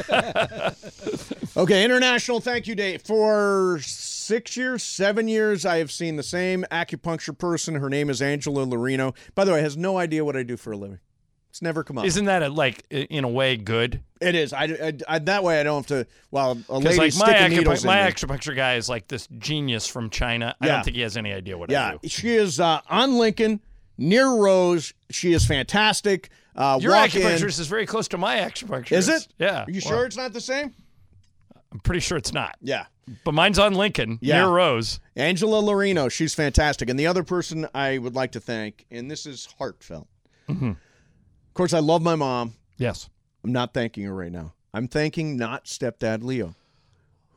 D: exactly.
A: Okay, International Thank You Day. For six years, seven years, I have seen the same acupuncture person. Her name is Angela Lorino. By the way, has no idea what I do for a living. It's never come up.
B: Isn't that a, like i- in a way good?
A: it is. I, I, I- that way I don't have to. Well, a
B: Because
A: lady
B: like my
A: sticking
B: acupuncture,
A: needles in
B: my
A: me.
B: acupuncture guy is like this genius from China. I
A: Yeah.
B: don't think he has any idea what I
A: Yeah,
B: do.
A: she is uh, on Lincoln near Rose. She is fantastic. Uh,
B: Your
A: walk in.
B: acupuncturist is very close to my acupuncturist.
A: Is it?
B: Yeah.
A: Are you
B: Well,
A: sure it's not the same?
B: I'm pretty sure it's not.
A: Yeah.
B: But mine's on Lincoln
A: Yeah.
B: near Rose.
A: Angela Lorino, she's fantastic. And the other person I would like to thank, and this is heartfelt.
B: Mm-hmm.
A: Of course, I love my mom.
B: Yes.
A: I'm not thanking her right now. I'm thanking not stepdad Leo,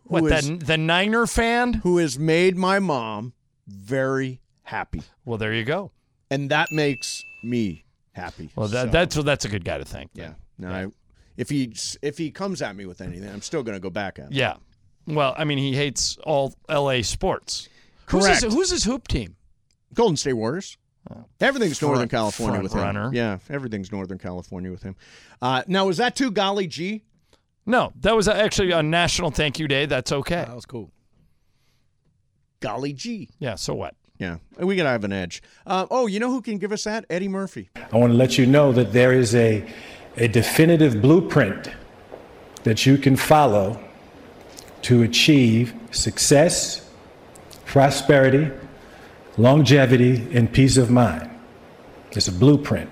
B: What
A: Who
B: the
A: is-
B: the Niner fan?
A: who has made my mom very happy.
B: Well, there you go.
A: And that makes me happy.
B: Well, that,
A: So,
B: that's that's a good guy to thank.
A: yeah. No, I, if he if he comes at me with anything, I'm still going to go back at him.
B: Yeah. Well, I mean, he hates all L.A. sports. Who's
A: Correct.
B: his, who's his hoop team?
A: Golden State Warriors. Everything's
B: Front-
A: Northern California with
B: front runner.
A: him. Yeah, everything's Northern California with him. Uh, now, is that too golly G?
B: No, that was actually on National Thank You Day. That's okay.
D: that was cool.
A: Golly G.
B: Yeah. So what?
A: Yeah, we gotta have an edge. Uh, oh, you know who can give us that? Eddie Murphy.
H: I want to let you know that there is a, a definitive blueprint that you can follow to achieve success, prosperity, longevity, and peace of mind. It's a blueprint,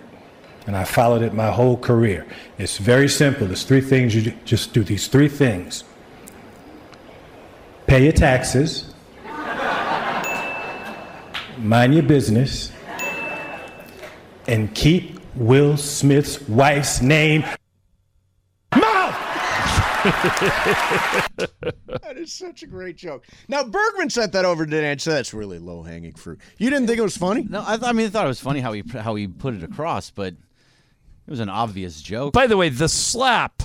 H: and I followed it my whole career. It's very simple. It's three things. You ju- just do these three things pay your taxes, mind your business and keep Will Smith's wife's name. Mouth!
A: That is such a great joke. Now Bergman sent that over to Dan, so that's really low hanging fruit. You didn't think it was funny?
C: No, I, th- I mean, I thought it was funny how he how he put it across, but it was an obvious joke.
B: By the way, the slap,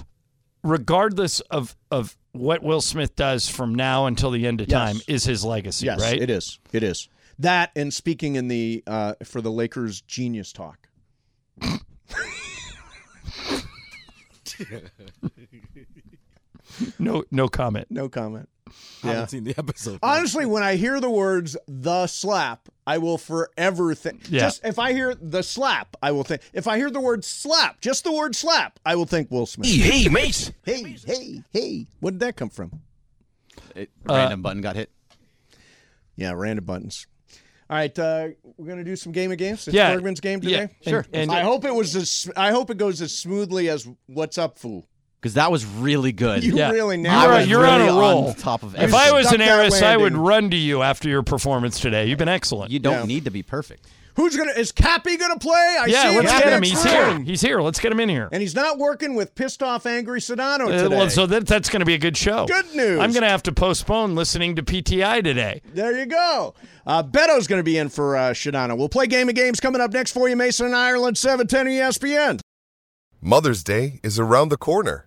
B: regardless of of what Will Smith does from now until the end of time, is his legacy,
A: Yes,
B: right?
A: it is. It is that, and speaking in the uh, for the Lakers genius talk.
B: No, no comment.
A: No comment.
D: I haven't seen the episode.
A: Honestly, when I hear the words "the slap," I will forever think.
B: Yeah.
A: Just if I hear the slap, I will think. If I hear the word slap, just the word slap, I will think Will Smith. Hey, mate. Hey, hey, hey. Where did that come from?
C: It-
A: uh,
C: random button got hit.
A: Yeah, random buttons. All right, uh, we're gonna do some game of games. It's
B: Yeah.
A: Bergman's game
B: Yeah,
A: today.
B: sure. And-
A: I hope it was as I hope it goes as smoothly as what's up, fool.
C: Because that was really good.
A: You
B: Yeah.
A: really nailed
B: You're,
C: I
A: it.
B: on-
C: was
B: you're on
C: really
B: a
C: on
B: roll.
C: top of
B: if I
C: everything.
B: was
A: Stuck
B: an
A: that
B: heiress, I would
A: landing.
B: run to you after your performance today. You've been excellent.
C: You don't
A: Yeah.
C: need to be perfect.
A: Who's gonna? Is Cappy gonna play? I
B: yeah,
A: see
B: let's
A: him
B: get him.
A: next
B: He's
A: round.
B: here. He's here. Let's get him in here.
A: And he's not working with pissed off angry Sedano
B: Uh,
A: today.
B: well, so that, that's going to be a good show.
A: Good news.
B: I'm going to have to postpone listening to PTI today.
A: There you go. Uh, Beto's going to be in for uh, Shadana. We'll play Game of Games coming up next for you, Mason and Ireland, E 710 ESPN.
I: Mother's Day is around the corner.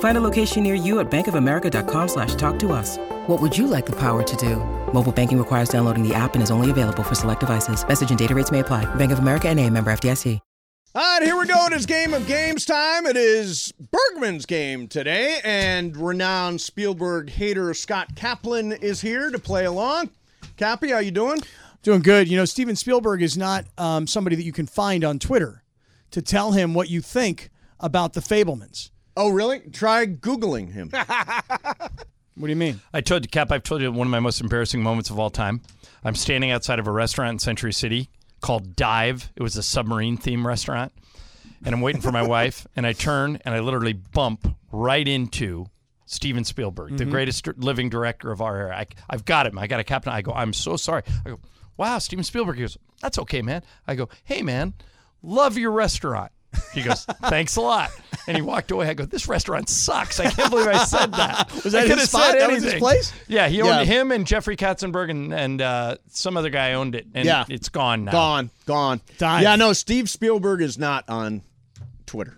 G: Find a location near you at bankofamerica.com slash talk to us. What would you like the power to do? Mobile banking requires downloading the app and is only available for select devices. Message and data rates may apply. Bank of America and a member FDIC.
A: All right, here we go. It is game of games time. It is Bergman's game today, and renowned Spielberg hater Scott Kaplan is here to play along. Cappy, how you doing?
J: Doing good. You know, Steven Spielberg is not um, somebody that you can find on Twitter to tell him what you think about the Fablemans.
A: Oh, really? Try Googling him.
J: What do you mean?
B: I told you, Cap, I've told you one of my most embarrassing moments of all time. I'm standing outside of a restaurant in Century City called Dive. It was a submarine theme restaurant. And I'm waiting for my wife, and I turn and I literally bump right into Steven Spielberg, the
K: Mhm.
J: Mm-hmm.
B: greatest dir- living director of our era. I, I've got him. I got a cap. and I go, I'm so sorry. I go, wow, Steven Spielberg. He goes, that's okay, man. I go, hey, man, love your restaurant. He goes, thanks a lot. And he walked away. I go, this restaurant sucks. I can't believe I said that.
J: Was that
B: I
J: his
B: could've
J: spot?
B: said
J: That was his
B: anything.
J: place?
B: Yeah, he owned
J: Yeah.
B: him and Jeffrey Katzenberg and, and uh, some other guy owned it. And
A: Yeah.
B: it's gone now.
A: Gone, gone.
J: Dive.
A: Yeah, no, Steve Spielberg is not on Twitter.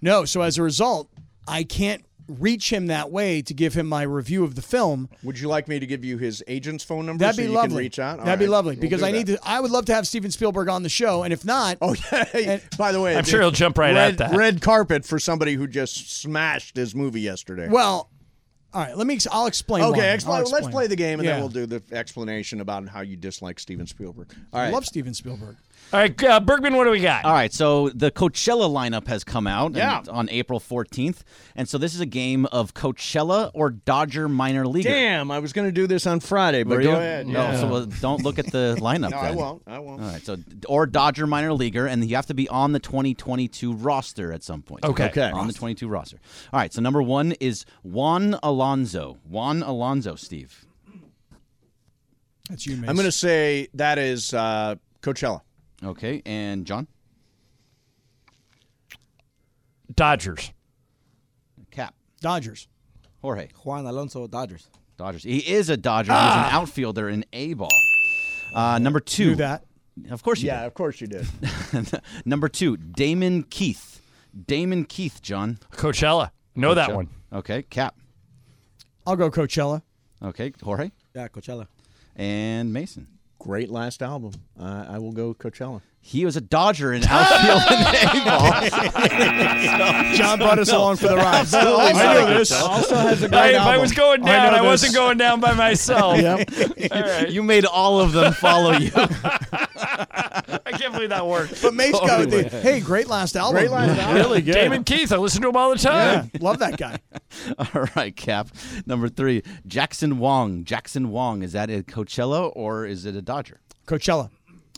J: No, so as a result, I can't reach him that way to give him my review of the film.
A: Would you like me to give you his agent's phone number
J: That'd
A: so
J: be
A: you
J: lovely.
A: can reach out? All
J: That'd be
A: right,
J: lovely
A: we'll
J: because
A: do
J: I need
A: that.
J: to. I would love to have Steven Spielberg on the show, and if not,
A: oh yeah. By the way,
B: I'm sure he'll jump right
A: red,
B: at that.
A: Red carpet for somebody who just smashed his movie yesterday.
J: well, all right. Let me. ex- I'll explain. why.
A: Okay,
J: I'll
A: explain, let's
J: explain.
A: play the game and
J: Yeah.
A: then we'll do the explanation about how you dislike Steven Spielberg. All
J: I
A: right.
J: love Steven Spielberg.
B: All right, uh, Bergman, what do we got?
C: All right, so the Coachella lineup has come out and
A: Yeah.
C: it's on April 14th. And so this is a game of Coachella or Dodger minor leaguer.
A: Damn, I was going to do this on Friday, but
C: Were
A: go
C: you?
A: ahead.
C: No,
A: Yeah.
C: so uh, don't look at the lineup.
A: No, I
C: then.
A: won't. I won't.
C: All right, so or Dodger minor leaguer, and you have to be on the 2022 roster at some point.
B: Okay.
A: Okay.
C: on the 22 roster. All right, so number one is Juan Alonso. Juan Alonso, Steve.
J: That's you, man.
A: I'm going to say that is uh, Coachella.
C: Okay, and John
B: Dodgers.
C: Cap
J: Dodgers.
C: Jorge
D: Juan Alonso Dodgers.
C: Dodgers. He is a Dodger. He's
J: Ah.
C: an outfielder in A ball. Uh, number two.
J: Do that.
C: Of course you
A: Yeah, of course you did.
C: did. number two, Damon Keith. Damon Keith, John.
B: Coachella. Know that one.
C: Okay, Cap.
J: I'll go Coachella.
C: Okay, Jorge
D: Yeah, Coachella.
C: and Mason.
A: Great last album. Uh, I will go Coachella.
C: He was a Dodger in outfield in A ball.
J: John brought us along for the ride.
C: Absolutely
J: I know
C: not.
J: this.
A: Also has a
B: I, if I was going
J: I
B: down,
J: know
B: I, wasn't
J: this.
B: going down by myself.
C: You made all of them follow you.
B: I can't believe that worked.
J: But Mace got with the hey, great last album.
A: Oh, Great last album. Really good.
B: Damon Keith, I listen to him all the time.
J: Yeah, love that guy.
C: All right, Cap. Number three, Jackson Wong. Jackson Wong, is that a Coachella or is it a Dodger?
J: Coachella.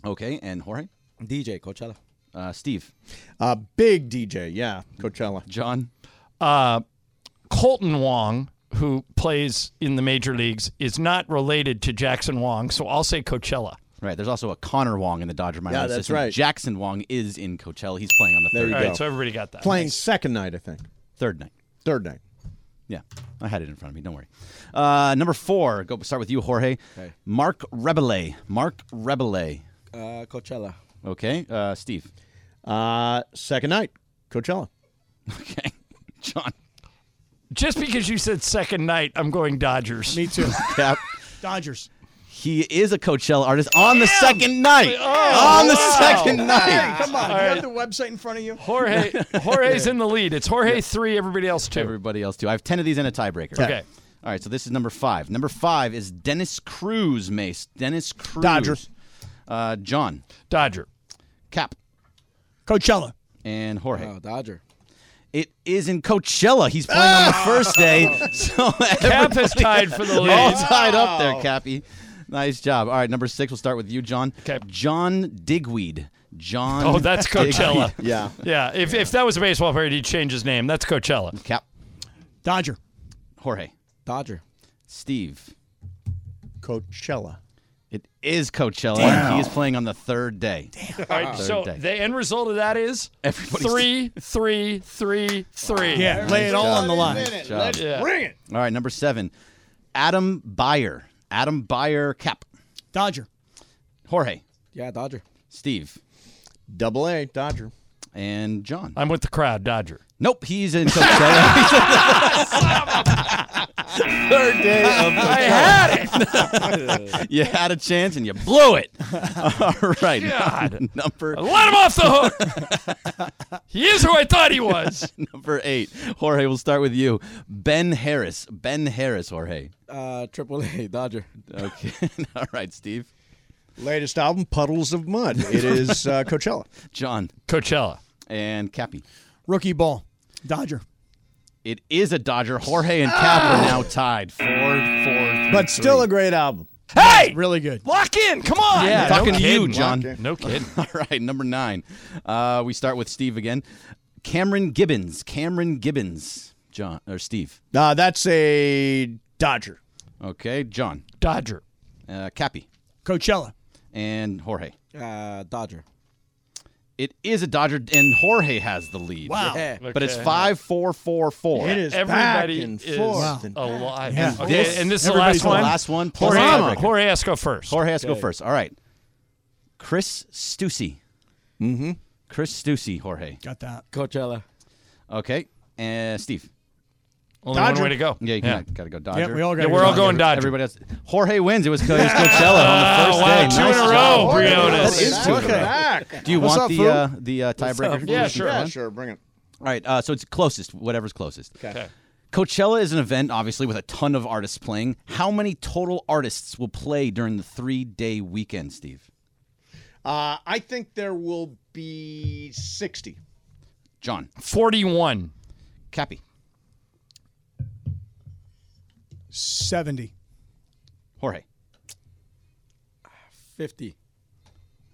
C: Okay, and Jorge?
D: DJ Coachella.
C: Uh, Steve?
A: Uh, big DJ, yeah, Coachella.
C: John?
B: uh, Colton Wong, who plays in the major leagues, is not related to Jackson Wong, so I'll say Coachella.
C: Right, there's also a Connor Wong in the Dodger minor
A: Yeah,
C: league
A: that's
C: system.
A: right.
C: Jackson Wong is in Coachella. He's playing on the
A: There
C: third,
A: you
B: All
A: go.
B: right, so everybody got that.
A: Playing second night, I think.
C: third night.
A: Third night.
C: Yeah, I had it in front of me. Don't worry. Uh, number four, go start with you, Jorge. Mark Rebele. Mark Rebele.
D: Uh, Coachella.
C: Okay, uh, Steve.
A: Uh, second night, Coachella.
C: Okay, John.
B: Just because you said second night, I'm going Dodgers.
J: Me too.
C: Cap.
J: Dodgers.
C: He is a Coachella artist on the second night. on the second night.
J: Come on,
B: All
J: you
B: right.
J: have the website in front of you.
B: Jorge, Jorge's in the lead. It's Jorge three, everybody else two.
C: Everybody else too. I have ten of these and a tiebreaker.
B: Okay.
C: All right, so this is number five. Number five is Dennis Cruz, Mace. Dennis Cruz.
A: Dodgers.
C: Uh, John.
B: Dodger.
C: Cap.
J: Coachella.
C: And Jorge.
D: Oh, Dodger.
C: It is in Coachella. He's playing on the first day. So
B: Cap is tied for the
C: all
B: lead.
C: tied up there, Cappy. Nice job. All right, number six. We'll start with you, John.
B: Okay.
C: John Digweed. John.
B: Oh, that's Coachella.
A: Yeah.
B: Yeah, if, if that was a baseball player, he'd change his name. That's Coachella.
C: Cap.
J: Dodger.
C: Jorge.
D: Dodger.
C: Steve.
A: Coachella.
C: It is Coachella. He is playing on the third day.
B: All right, so
C: day.
B: the end result of that is
C: Everybody's-
B: three, three, three, three.
J: Yeah, lay it all on the line.
C: Job.
B: Yeah.
C: All right, number seven. Adam Byer. Adam Byer. Cap.
J: Dodger.
C: Jorge.
D: Yeah, Dodger.
C: Steve.
A: Double A, Dodger.
C: And John.
B: I'm with the crowd, Dodger.
C: Nope, he's in Coachella.
L: Third day of the
B: I had it.
C: you had a chance and you blew it. All right.
B: God.
C: Number
B: Let him off the hook. he is who I thought he was.
C: number eight. Jorge, we'll start with you. Ben Harris. Ben Harris, Jorge.
D: Uh, Triple A Dodger.
C: Okay. All right, Steve.
A: Latest album, Puddles of Mud. It is uh, Coachella.
C: John
B: Coachella.
C: and Cappy.
J: Rookie ball. Dodger.
C: It is a Dodger. Jorge and Cap are now tied. Four, four, three,
A: But still
C: three.
A: a great album.
B: Hey,
J: Really good.
B: lock in. Come on.
C: Yeah, talking to you,
B: kidding.
C: John.
B: No kidding.
C: All right, number nine. Uh, we start with Steve again. Cameron Gibbons. Cameron Gibbons. John or Steve.
A: Uh, that's a Dodger.
C: Okay, John.
B: Dodger.
C: Uh, Cappy
J: Coachella.
C: and Jorge.
D: Uh, Dodger.
C: It is a Dodger, and Jorge has the lead.
J: Wow.
D: Yeah.
C: But it's five, four, four, four.
A: It is
B: Everybody
A: back and
B: is
A: forth. and-
B: alive.
J: Yeah.
B: Okay,
C: This-
B: and this is the
C: everybody's
B: last
C: the
B: one.
C: last one, plus
B: Jorge,
C: tiebreaker.
B: Jorge has to go first.
C: Jorge has to go first. All right. Chris Stussy. Mm-hmm. Chris Stussy, Jorge.
J: Got that.
D: Coachella.
C: Okay. And Steve.
B: Only one way to go.
C: Yeah, you
B: yeah.
C: got to go Dodger.
J: we all got
B: Yeah, we're all going Dodger.
C: Everybody else. Jorge wins. It was, it was Coachella on the first
B: Oh,
C: day.
B: wow, two
C: Nice
B: in a
C: job.
B: row,
A: That is
B: Briones.
A: two back.
C: Do you
A: What's
C: want
A: up,
C: the
A: fool?
C: uh, the uh, tiebreaker?
B: Yeah,
C: for
B: sure.
C: that?
A: Yeah, sure. Bring it.
C: All right. Uh, so it's closest, whatever's closest. Okay. Coachella is an event, obviously, with a ton of artists playing. How many total artists will play during the three-day weekend, Steve?
A: Uh, I think there will be 60.
C: John,
B: Forty-one.
C: Cappy,
J: 70.
C: Jorge.
D: Fifty.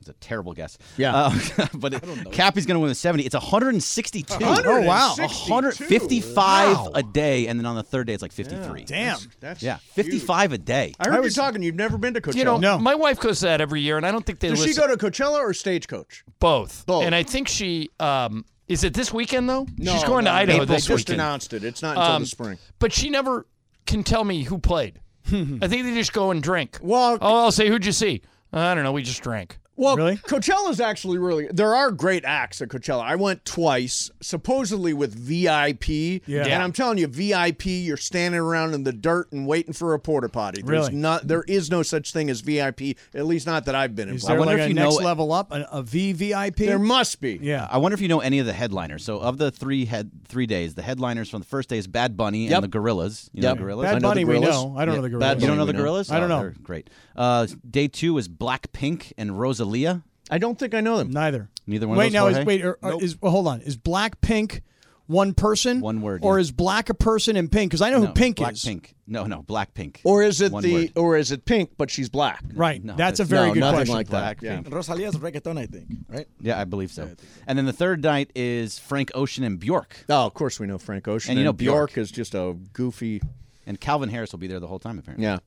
C: It's a terrible guess.
A: Yeah.
C: Uh, but it, Cappy's going to win with 70. It's 162.
A: Oh, wow.
C: 155 a day, and then on the third day, it's like 53.
J: Damn.
A: That's
C: Yeah,
A: huge.
C: 55 a day.
A: I heard you talking. You've never been to Coachella.
B: You know,
J: No.
B: my wife goes to that every year, and I don't think they
A: Does
B: listen.
A: she go to Coachella or Stagecoach?
B: both.
A: Both.
B: And I think she um, is it this weekend though. She's going to Idaho
A: April
B: this
A: just
B: weekend.
A: announced it. It's not until
B: Um,
A: the spring.
B: But she never can tell me who played. I think they just go and drink.
A: Well-
B: oh, I'll say, who'd you see? I don't know. We just drank.
A: Well,
J: Really?
A: Coachella's actually really. There are great acts at Coachella. I went twice, supposedly with VIP.
J: Yeah.
A: And I'm telling you, VIP, you're standing around in the dirt and waiting for a porta potty. There's
J: Really?
A: not. There is no such thing as VIP. At least not that I've been
J: Is
A: involved.
J: there
C: wonder
J: like
C: if
J: a
C: you know
J: next
C: it.
J: level up, a, a VVIP?
A: there must be.
J: yeah.
C: I wonder if you know any of the headliners. So of the three head three days, the headliners from the first day is Bad Bunny
A: Yep.
C: and the Gorillas. You know the Gorillas.
J: Bad
A: know the
J: Bunny, we
A: Gorillaz.
J: know. I don't know the
A: Yeah,
J: Gorillas.
A: Bad
C: you don't
A: Bunny
C: know
A: we
C: the
A: know.
C: Gorillas?
J: I don't know.
C: They're great. Uh, day two is Blackpink and Rosalia.
A: I don't think I know them.
J: Neither.
C: Neither one of
J: Wait,
C: those,
J: now
C: Jorge?
J: is wait or, uh, or is well, hold on. Is black pink one person?
C: One word,
J: Or
C: yeah.
J: is black a person and pink? Because I know
C: No,
J: who pink
C: Black
J: is.
C: Pink. No, no, Blackpink.
A: Or is it
C: One
A: the?
C: word.
A: Or is it Pink? But she's black.
J: Oh, Right.
C: No,
J: That's a
C: it's-
J: very
A: no,
J: good
A: nothing
J: question.
A: like that. Yeah.
C: Blackpink.
D: Rosalia's reggaeton, I think. Right.
C: Yeah, I believe so. And then the third night is Frank Ocean and Bjork.
A: Oh, of course we know Frank Ocean.
C: And you know
A: Bjork.
C: Bjork.
A: is just a goofy.
C: And Calvin Harris will be there the whole time, apparently.
A: Yeah.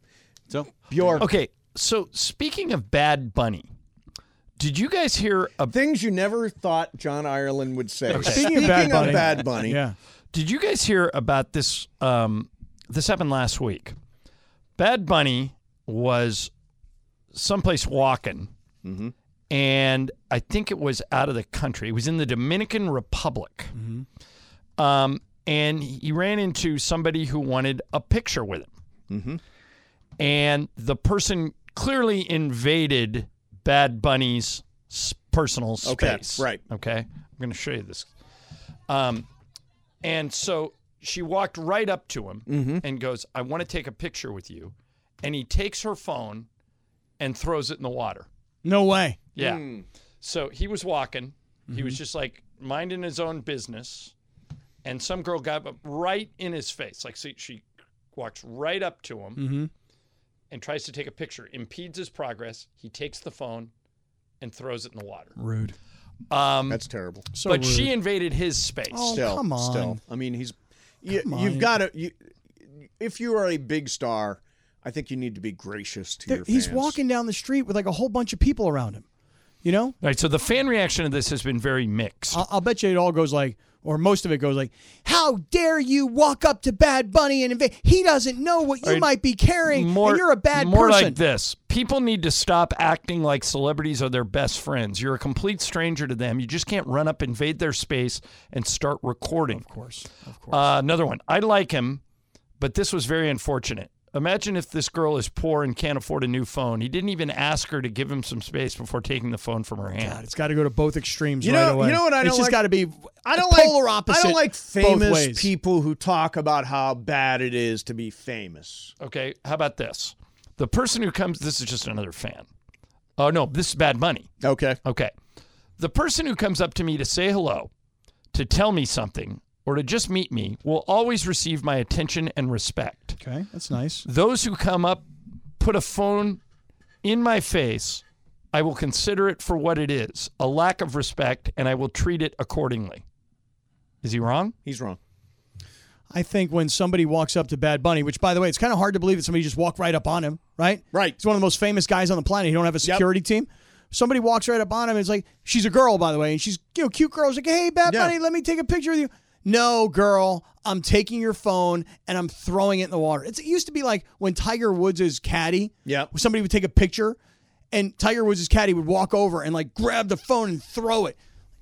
C: So
A: Bjork.
B: Okay. So speaking of Bad Bunny, did you guys hear? A,
A: Things you never thought John Ireland would say.
J: Speaking of Bad Bunny.
A: Bad Bunny,
J: Yeah.
B: did you guys hear about this? Um, this happened last week. Bad Bunny was someplace walking,
A: Mm-hmm.
B: and I think it was out of the country. It was in the Dominican Republic,
A: Mm-hmm.
B: um, and he ran into somebody who wanted a picture with him,
A: Mm-hmm.
B: and the person clearly invaded Bad Bunny's s- personal
A: Okay,
B: space.
A: right.
B: Okay. I'm going to show you this. Um, and so she walked right up to him
A: Mm-hmm.
B: and goes, I want to take a picture with you. And he takes her phone and throws it in the water.
J: No way.
B: Yeah.
J: Hmm.
B: So he was walking. He
J: Mm-hmm.
B: was just like minding his own business. And some girl got up right in his face. Like, see, she walks right up to him
J: Mm-hmm.
B: and tries to take a picture, impedes his progress. He takes the phone and throws it in the water.
J: Rude.
B: Um,
A: that's terrible.
J: So
B: but
J: rude.
B: she invaded his space.
J: Oh,
A: still,
J: come on.
A: still. I mean, he's you,
J: Come
A: you've
J: on.
A: got to. You, if you are a big star, I think you need to be gracious to
J: There-
A: your fans.
J: he's walking down the street with like a whole bunch of people around him. You know?
B: Right. So the fan reaction to this has been very mixed.
J: I'll, I'll bet you it all goes like, or most of it goes like, "How dare you walk up to Bad Bunny and invade? He doesn't know what you
B: Or
J: might be carrying,
B: more,
J: and you're a bad
B: more
J: person."
B: like this. People need to stop acting like celebrities are their best friends. You're a complete stranger to them. You just can't run up, invade their space, and start recording. Of course. Of course. Uh, another one. I like him, but this was very unfortunate. Imagine if this girl is poor and can't afford a new phone. He didn't even ask her to give him some space before taking the phone from her hand.
J: Oh, It's got to go to both extremes
B: You
J: right
B: know-
J: away.
B: you know what I
J: It's
B: don't
J: just
B: like?
J: got to be.
A: I don't
J: polar
A: like
J: opposite.
A: I don't like
J: both
A: famous
J: ways.
A: people who talk about how bad it is to be famous.
B: Okay, how about this? The person who comes, this is just another fan. Oh, no, this is bad money.
A: Okay.
B: Okay. The person who comes up to me to say hello, to tell me something, or to just meet me will always receive my attention and respect.
J: Okay, that's nice.
B: Those who come up, put a phone in my face, I will consider it for what it is a lack of respect, and I will treat it accordingly. Is he wrong?
A: He's wrong.
J: I think when somebody walks up to Bad Bunny, which by the way, it's kind of hard to believe that somebody just walked right up on him, right?
A: Right.
J: He's one of the most famous guys on the planet. He don't have a security team. Somebody walks right up on him. And it's like she's a girl, by the way, and she's you know cute girl. She's like, hey, Bad
A: Yeah.
J: Bunny, let me take a picture with you. No, girl, I'm taking your phone and I'm throwing it in the water. It's, it used to be like when Tiger Woods' caddy,
A: Yeah.
J: somebody would take a picture, and Tiger Woods' caddy would walk over and like grab the phone and throw it.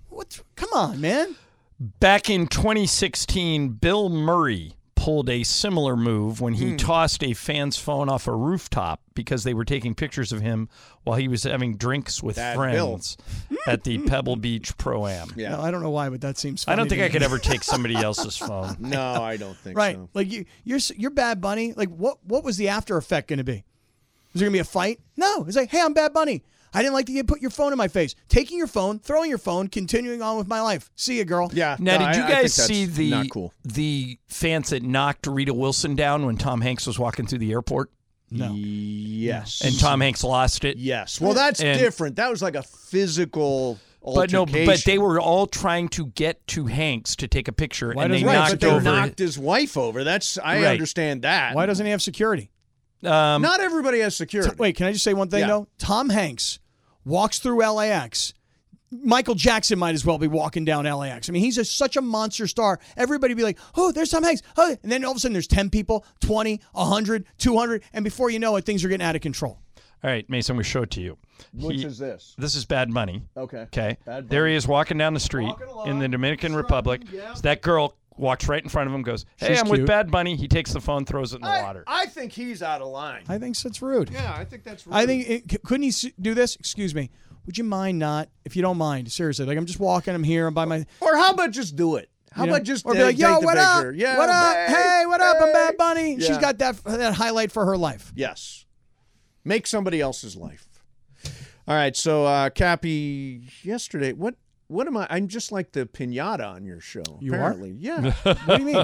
J: What? Come on, man.
B: Back in 2016, Bill Murray pulled a similar move when
A: Hmm.
B: he tossed a fan's phone off a rooftop because they were taking pictures of him while he was having drinks with
A: That
B: friends at the Pebble Beach Pro Am.
A: Hmm. Yeah.
J: No, I don't know why, but that seems. Funny
B: I don't
J: to
B: think I
J: me.
B: could ever take somebody else's phone.
A: No, I don't think
J: right.
A: so.
J: Like you, you're s- you're Bad Bunny. Like what what was the after effect going to be? Is there going to be a fight? No. It's like, hey, I'm Bad Bunny. I didn't like to get put your phone in my face. Taking your phone, throwing your phone, continuing on with my life. See ya, girl.
A: Yeah.
B: Now,
A: no, I-
B: did you
A: I
B: guys
A: think
B: see
A: that's
B: the
A: not cool?
B: the fans that knocked Rita Wilson down when Tom Hanks was walking through the airport
J: No.
A: Yes.
B: and Tom Hanks lost it?
A: Yes. Well, that's
B: And-
A: different. That was like a physical
B: But no, but they
A: altercation.
B: were all trying to get to Hanks to take a picture, and they
J: doesn't-
A: right,
B: knocked
A: but they
B: over.
A: knocked his wife over. That's I
B: Right.
A: understand that.
J: Why doesn't he have security?
B: um,
A: not everybody has security?
J: Wait, can I just say one thing
A: Yeah.
J: though? Tom Hanks walks through LAX. Michael Jackson might as well be walking down LAX. I mean, he's a, such a monster star. Everybody be like, oh, there's Tom Hanks. Oh. And then all of a sudden there's 10 people, 20, 100, 200. And before you know it, things are getting out of control.
B: All right, Mason, we show it to you.
A: Which
B: He-
A: is this?
B: This is bad money.
A: Okay.
B: Okay.
A: Bad
B: There he is walking down the street in the Dominican Republic. So that girl walks right in front of him, goes, Hey,
J: She's
B: I'm with
J: cute.
B: Bad Bunny. He takes the phone, throws it in the
A: I,
B: water.
A: I think he's out of line.
J: I think that's rude.
A: yeah, I think that's. Rude.
J: I think it, c- couldn't he s- do this? Excuse me. Would you mind not? If you don't mind, seriously. Like I'm just walking. I'm here. I'm by my.
A: Or how about just do it? How
J: you know?
A: about just
J: or be
A: uh,
J: like, yo,
A: take the
J: what up?
A: picture? Yeah,
J: what up? Hey, what up? I'm Bad
A: hey."
J: Bunny. She's
A: Yeah.
J: got that that highlight for her life.
A: Yes, make somebody else's life. All right, so uh Cappy, yesterday, what what am I? I'm just like the pinata on your show.
J: You are?
A: apparently. yeah.
J: What do you mean?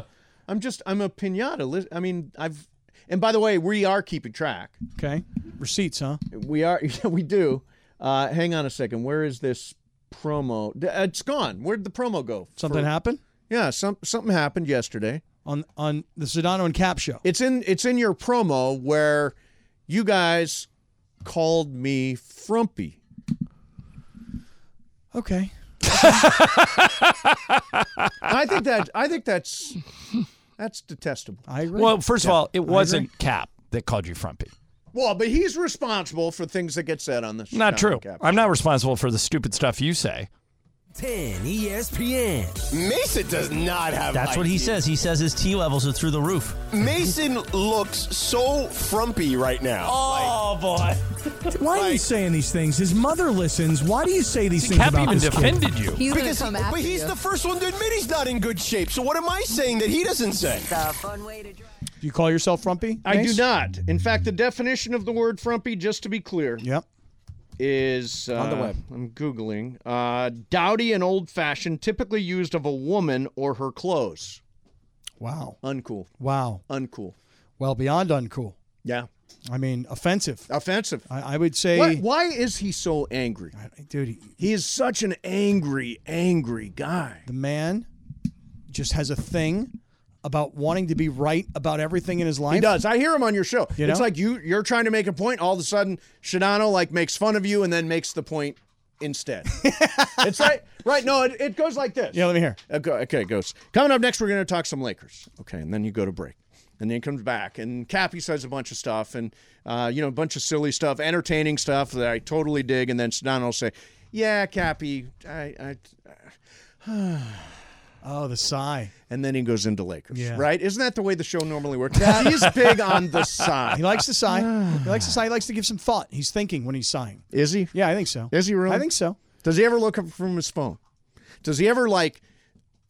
A: I'm just I'm a pinata. Lis- I mean, I've and by the way, we are keeping track.
J: Okay. Receipts, huh?
A: We are yeah, we do. Uh, hang on a second. Where is this promo? D- uh, It's gone. Where'd the promo go?
J: Something
A: For-
J: happened
A: Yeah, some something happened yesterday.
J: on on the Sedano and Cap show.
A: It's in it's in your promo where you guys called me frumpy.
J: Okay.
A: I think that I think that's that's detestable.
J: I agree.
B: well, first of all, it wasn't Cap that called you frumpy.
A: Well, but he's responsible for things that get said on this.
B: Not true.
A: Cap.
B: I'm not responsible for the stupid stuff you say.
K: 10 ESPN.
M: Mason does not have.
K: That's what he
M: ideas.
K: says. He says his T levels are through the roof.
M: Mason looks so frumpy right now.
K: Oh, boy.
M: Why are you saying these things? His mother listens. Why do you say these
B: Cap even defended you.
N: He's
M: Because he- but he's the first one to admit he's not in good shape. So what am I saying that he doesn't say?
J: do you call yourself frumpy?
A: I do
J: Mace?
A: not. In fact, the definition of the word frumpy, just to be clear,
J: Yep.
A: is uh,
D: On the web.
A: I'm googling uh, dowdy and old fashioned, typically used of a woman or her clothes.
J: Wow.
A: Uncool,
J: Wow.
A: uncool.
J: Well, beyond uncool.
A: Yeah,
J: I mean, offensive.
A: offensive.
J: I, I would say,
A: Why, why is he so angry?
J: dude, he-
A: He is such an angry, angry guy.
J: The man just has a thing about wanting to be right about everything in his life.
A: He does. I hear him on your show.
J: You
A: It's
J: know?
A: like you you're trying to make a point. All of a sudden, Shadano like makes fun of you and then makes the point instead. it's right, right. No, it, it goes like this.
J: Yeah, let me hear.
A: Okay, okay, it goes. Coming up next, we're going to talk some Lakers. Okay, and then you go to break. And then he comes back, and Cappy says a bunch of stuff, and uh, you know, a bunch of silly stuff, entertaining stuff that I totally dig. And then Sedano will say, "Yeah, Cappy, I, I,
J: Oh, the sigh.
A: And then he goes into Lakers,
J: Yeah.
A: right? Isn't that the way the show normally works? He's big on the sigh.
J: He likes to sigh. he likes to sigh. He likes to give some thought. He's thinking when he's sighing.
A: Is he?
J: Yeah, I think so.
A: Is he really?
J: I think so.
A: Does he ever look up from his phone? Does he ever like?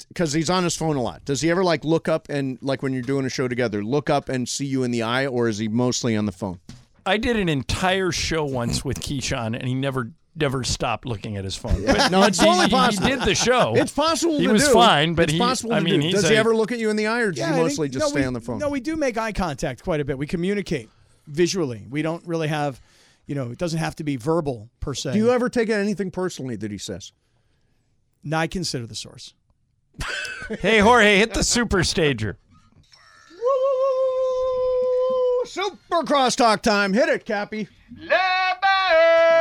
A: Because he's on his phone a lot. Does he ever like look up and like when you're doing a show together, look up and see you in the eye, or is he mostly on the phone?
B: I did an entire show once with Keyshawn, and he never never stopped looking at his phone. But
A: no, it's
B: he,
A: totally
B: he-
A: possible.
B: He did the show.
A: It's possible.
B: He
A: to
B: was
A: do.
B: fine, but
A: it's
B: he.
A: possible to
B: I mean,
A: do.
B: he's
A: does
B: a,
A: he ever look at you in the eye, or does
J: I
A: he
J: think-
A: mostly just
J: no,
A: stay
J: we-
A: on the phone?
J: No, we do make eye contact quite a bit. We communicate visually. We don't really have, you know, it doesn't have to be verbal per se.
A: do you ever take anything personally that he says?
J: No, I consider the source.
B: Hey Jorge, hit the super stager.
A: Super crosstalk time. Hit it, Cappy.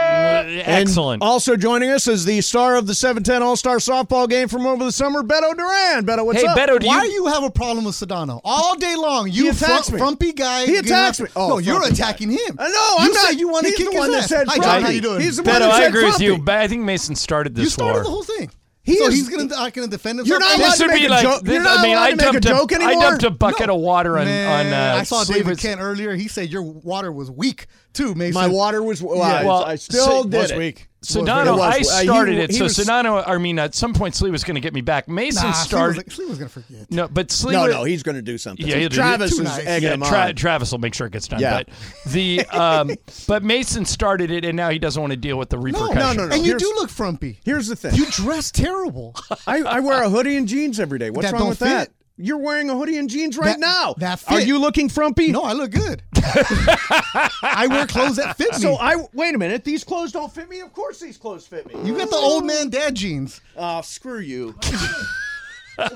A: And
B: Uh,
A: uh,
B: Excellent.
A: also joining us is the star of the 710 All Star softball game from over the summer, Beto Duran. Beto, what's
B: Hey,
A: up?
B: Beto, do
N: Why do you have a problem with Sedano all day long?
A: He
N: You
A: attacks
N: frum-
A: me.
N: frumpy guy.
A: He
N: you know-
A: attacks me. Oh,
N: no, you're
A: frumpy guy.
N: attacking him.
A: Uh, no, I'm
N: you
A: not.
N: Said you want to
A: He's
N: kick
A: the
N: his
A: one that
N: ass.
A: said
N: Hi, John.
A: frumpy.
N: How you doing?
A: He's the one
B: Beto,
A: that
B: I
A: said
B: agree with you,
A: grumpy.
B: but I think Mason started this
N: you started
B: war.
N: the whole thing.
A: He
N: so
A: is-
N: he's gonna not gonna defend himself.
A: You're not allowed
B: this
A: to
B: would
A: make
B: be
A: a
B: like.
A: joke.
B: this-
A: You're not
B: I mean,
A: allowed
B: I
A: to make a
B: dumped
A: joke
B: I
A: anymore.
B: dumped a bucket of water on
N: Man,
B: on. Uh,
N: I saw David
B: Sleeper's-
N: Kent earlier. He said your water was weak too, Mason.
A: My water was. Well, I,
B: Well,
A: I still
B: so-
A: did
B: was
A: it.
N: weak.
B: Sedano,
A: It was- uh,
B: I
A: he-
B: started it.
A: he
B: So
A: was-
B: Sedano, I mean, at some point, Slee was going to get me back. Mason
N: Nah,
B: started.
N: Slee was, Slee was gonna forget.
B: no, but Slee.
A: No,
B: was-
A: no, he's going to do something.
B: Yeah, he'll do it.
A: Travis
N: Too
A: is
N: nice.
A: egging
B: yeah,
A: him
B: Tra-
A: on.
B: Travis will make sure it gets done.
A: Yeah.
B: But the um, but Mason started it, and now he doesn't want to deal with the
N: No,
B: repercussions.
A: no, no, no.
N: And you
A: Here's-
N: do look frumpy.
A: Here's the thing.
N: You dress terrible.
A: I, I wear a hoodie and jeans every day. What's
N: That
A: wrong
N: don't
A: with that?
N: fit.
A: You're wearing a hoodie and jeans right
N: That-
A: now.
N: that
A: Are
N: fit.
A: you looking frumpy?
N: No, I look good. I wear clothes that fit me.
A: So I wait a minute. These clothes don't fit me. Of course, these clothes fit me.
N: you got the old man dad jeans
A: Oh, screw you.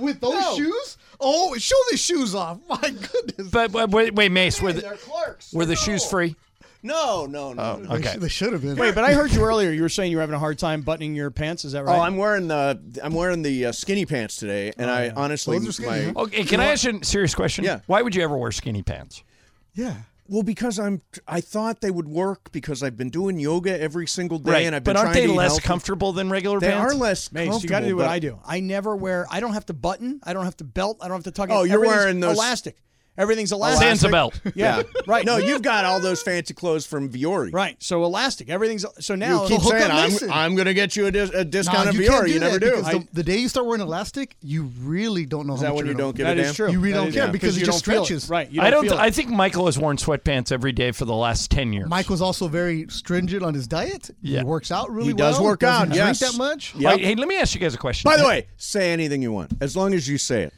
N: with those
A: No.
N: shoes. Oh, show the shoes off! My goodness.
B: But, but wait, wait, Mace, were
A: They're
B: the,
A: Clarks.
B: were the shoes free?
A: No, no, no. no.
N: They
B: Okay.
N: sh- They should have been.
J: Wait, but I heard you earlier. You were saying you were having a hard time buttoning your pants. Is that right?
A: Oh, I'm wearing the I'm wearing the uh, skinny pants today, and I honestly
N: Those are skinny,
A: my
N: huh?
B: Okay, can I ask you a serious question?
A: Yeah.
B: Why would you ever wear skinny pants?
N: yeah.
A: well because I'm I thought they would work because I've been doing yoga every single day, and I've been
B: but aren't
A: trying
B: they
A: to eat
B: less
A: healthy.
B: comfortable than regular
A: They
B: pants?
A: are less
J: Mace, you
A: comfortable.
J: got to do what
A: but-
J: I do. I never wear. I don't have to button. I don't have to belt. I don't have to tuck. it.
A: Oh, you're
J: Everything's
A: wearing those- Oh.
J: elastic. Everything's elastic.
B: Sans a belt.
J: Yeah, right.
A: No, you've got all those fancy clothes from Viore.
J: right. So elastic. Everything's so now.
A: Keep
N: hook
A: saying
N: up
A: I'm,
N: Mason."
A: I'm going to get you a, dis- a discount
N: Nah,
A: of
N: you
A: Viore.
N: can't do
A: you never
N: that
A: do.
N: because The, the day you start wearing elastic, you really don't know
A: Is
N: how
A: that
N: much
A: when
N: you're
A: you
N: gonna-
A: don't give
J: That
A: a
J: is
A: damn?
J: true.
N: You really
J: That
N: don't
J: is-
N: care
J: yeah.
N: because it
J: you
N: just
J: don't feel it.
N: stretches.
J: Right. You
B: I don't.
J: feel it.
B: I think Michael has worn sweatpants every day for the last ten years.
N: Mike was also very stringent on his diet.
B: Yeah.
N: He works out really
A: He
N: well.
A: does work
N: doesn't
A: out,
N: Drink
A: yes.
N: that much.
A: Yeah.
B: Hey, hey, let me ask you guys a question.
A: By the way, say anything you want as long as you say it.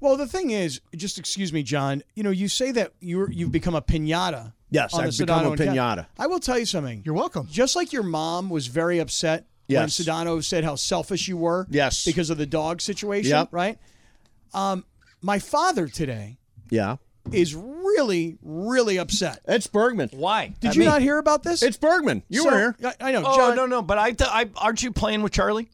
J: Well, the thing is, just excuse me, John. You know, you say that you're you've become a pinata.
A: Yes,
J: on the
A: I've become
J: Sedano
A: a
J: and Ken-
A: piñata.
J: I will tell you something.
N: You're welcome.
J: Just like your mom was very upset
A: Yes.
J: when Sedano said how selfish you were.
A: Yes.
J: because of the dog situation.
A: Yep.
J: Right. Um, my father today
A: Yeah.
J: is really, really upset.
A: It's Bergman.
B: why
J: Did you not hear about this?
A: It's Bergman. You
J: So-
A: were here.
J: I, I know.
B: Oh
J: John,
B: no, no. But I, th- I aren't you playing with Charlie?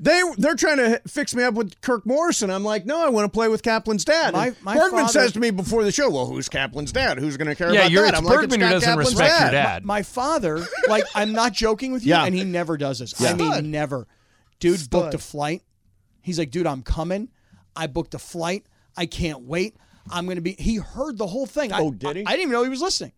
A: They they're trying to fix me up with Kirk Morrison. I'm like, no, I want to play with Kaplan's dad.
J: My-
A: And
J: my
A: Bergman
J: father-
A: says to me before the show, "Well, who's Kaplan's dad? Who's going to care
B: Yeah,
A: about
B: you're-
A: that?"
B: it's
A: I'm
B: Bergman
A: like,
B: who
A: it's Scott
B: doesn't
A: Kaplan's
B: respect your
A: dad.
B: dad.
J: My father, like, I'm not joking with you,
A: Yeah.
J: and he never does this.
A: Yeah.
J: I mean, never. Dude booked a
N: Stud.
J: flight. He's like, dude, I'm coming. I booked a flight. I can't wait. I'm gonna be. He heard the whole thing.
A: Oh,
J: I,
A: did he?
J: I, I didn't even know he was listening.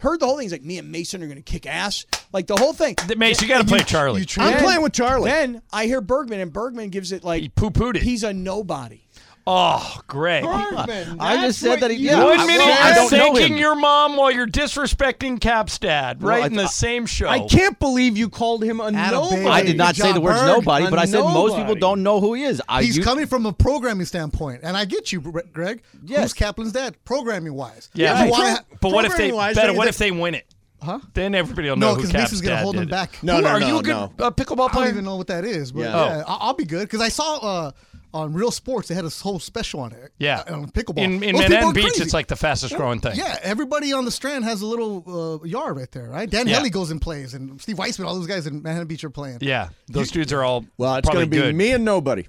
J: Heard the whole thing. He's like, me and Mason are gonna kick ass. Like the whole thing.
B: Th- Mace, you got to play Charlie.
N: You treat
A: I'm
J: Then-
A: playing with Charlie.
J: Then I hear Bergman, and Bergman gives it like
B: He poo-pooed it.
J: He's a nobody.
B: oh, Greg.
C: I just said that he. Yeah,
B: One
C: I-
B: minute
C: well, I
B: you're
C: don't know
B: thanking
C: him.
B: your mom while you're disrespecting Cap's dad, right
C: I-
B: in the same show.
A: I can't believe you called him a
N: Atta
A: nobody.
N: baby.
C: I did not say the words
N: John Berg,
C: nobody, but I said most people
A: nobody.
C: don't know who he is. I,
N: He's
C: you-
N: coming from a programming standpoint, and I get you, Bre- Greg. Who's Kaplan's dad? Programming wise.
B: Yeah,
N: You
B: but,
N: wanna-
B: but what if they?
A: programming-wise,
B: Better,
A: they-
B: what if they win it? Huh? Then everybody will know
N: no,
B: who
N: because
B: Cap's
N: Mason's gonna
B: dad
N: hold him
B: did it.
N: back.
A: No,
B: Who
A: no,
B: are
A: no,
B: you a good
A: no.
B: uh, pickleball
N: I
B: player?
N: don't even know what that is, but
A: Yeah.
N: yeah,
B: Oh,
N: I, I'll be good because I saw uh, on Real Sports they had a whole special on it.
B: Yeah,
N: uh, on pickleball.
B: in in
N: Those people
B: Manhattan
N: are
B: Beach,
N: crazy.
B: it's like the fastest growing thing.
N: Yeah, everybody on the Strand has a little uh, yard right there, right? Dan
B: Yeah.
N: Helly goes and plays, and Steve Weissman, all those guys in Manhattan Beach are playing.
B: Yeah, those dudes are all
A: Well, it's
B: probably
A: going to be
B: good.
A: me and nobody.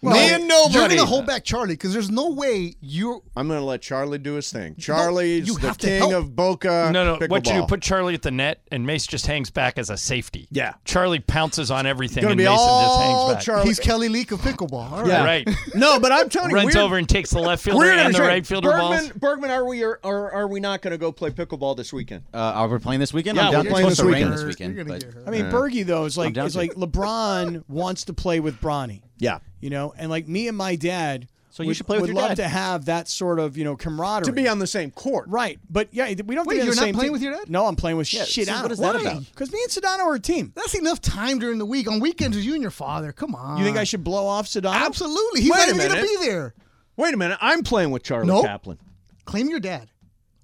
A: Me and nobody.
N: You're gonna hold back Charlie because there's no way you're.
A: I'm going to let Charlie do his thing. Charlie's
N: you
A: the
N: have to
A: king
N: help.
A: of Boca.
B: No, no. What you do,
A: pickleball.
B: put Charlie at the net, and Mace just hangs back as a safety.
A: Yeah.
B: Charlie pounces on everything,
A: Gonna
B: and
A: be
B: Mason just
A: all
B: hangs back.
A: Charlie.
N: He's Kelly Leak of pickleball. All right.
B: Yeah. Right.
A: No, but I'm telling you,
B: Runs
A: we're-
B: over and takes the left fielder
A: We're gonna
B: and the
A: trade.
B: right fielder
A: Bergman,
B: balls.
A: Bergman, are we or, or are we not going to go play pickleball this weekend?
C: Uh, are we playing this weekend?
A: Yeah,
C: I'm down
A: we're playing
C: it's supposed
A: this
C: to rain
A: weekend.
C: this
A: You're-
C: weekend.
A: you're
C: but-
J: I mean,
C: Uh,
J: Bergie though is
C: I'm
J: like
C: down
J: is
C: to
J: like LeBron wants to play with Bronny.
A: Yeah.
J: You know, and like me and my dad.
C: So you
J: would,
C: should play with
J: would
C: your
J: love
C: dad.
J: to have that sort of you know camaraderie
A: To be on the same court.
J: Right, but yeah, we don't. have to
N: Wait,
J: be
N: you're
J: on the
N: not
J: same
N: playing
J: team.
N: with your dad?
J: No, I'm playing with
C: Yeah,
J: shit
C: so
J: out.
C: what is that
J: Why?
C: about?
J: Because me and Sedano are a team.
N: That's enough time during the week. On weekends, it's you and your father. Come on.
J: You think I should blow off Sedano?
N: Absolutely. He's
A: Wait
N: not
A: a
N: even gonna be
A: minute.
N: there.
A: Wait a minute, I'm playing with Charlie
N: Nope.
A: Chaplin.
N: Claim your dad.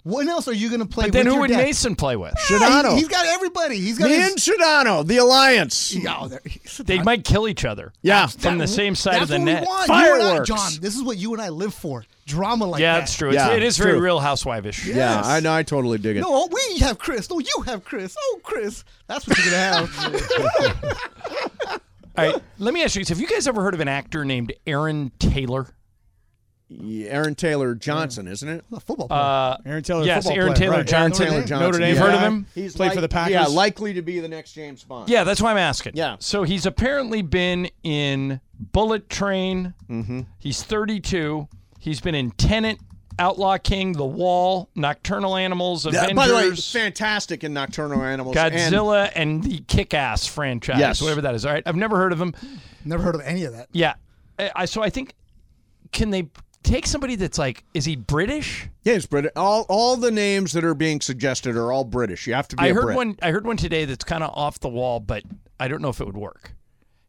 N: When else are you gonna play?
B: But then
N: with
B: who
N: your
B: would
N: dad?
B: Mason play with?
N: Yeah,
A: Sedano.
N: he, has got everybody. He's got
A: Me
N: his,
A: and Sedano, the alliance.
N: Yeah, oh, there- Sedano.
B: They might kill each other.
A: Yeah.
B: From the same side
N: That's
B: of the
N: what
B: net.
N: we want. You and I,
B: Fireworks.
N: John, this is what you and I live for. Drama like
B: yeah,
N: that.
B: that's true. It's,
A: Yeah,
B: it is
A: it's
B: very
A: true.
B: real housewife-ish.
A: Yeah, I know. I totally dig it.
N: No, we have Chris. No, you have Chris. Oh, Chris. That's what you're gonna have.
B: All right, let me ask you: this. Have you guys ever heard of an actor named Aaron Taylor?
A: Yeah, Aaron Taylor Johnson, isn't it?
N: A football player.
B: Uh,
J: Aaron
N: Oh,
J: Taylor.
B: yes,
J: football
B: Aaron
J: player,
B: Taylor
J: right.
B: Johnson.
A: Taylor Johnson.
B: Notre Dame.
A: yeah.
B: Heard of him?
A: He's
J: Played for the Packers.
A: Yeah, likely to be the next James Bond.
B: Yeah, that's why I'm asking.
A: Yeah.
B: So he's apparently been in Bullet Train. Mm-hmm. He's 32. He's been in Tenant, Outlaw King, The Wall, Nocturnal Animals,
A: Yeah,
B: Avengers,
A: by the way, fantastic in Nocturnal Animals. and-
B: Godzilla, and, the Kick-Ass franchise,
A: Yes.
B: whatever that is. All right, I've never heard of him.
N: Never heard of any of that.
B: Yeah. I, I- so I think can they take somebody that's like, is he British?
A: yeah, it's British. All all the names that are being suggested are all British. You have to be.
B: I
A: a
B: heard
A: Brit.
B: one. I heard one today that's kind of off the wall, but I don't know if it would work.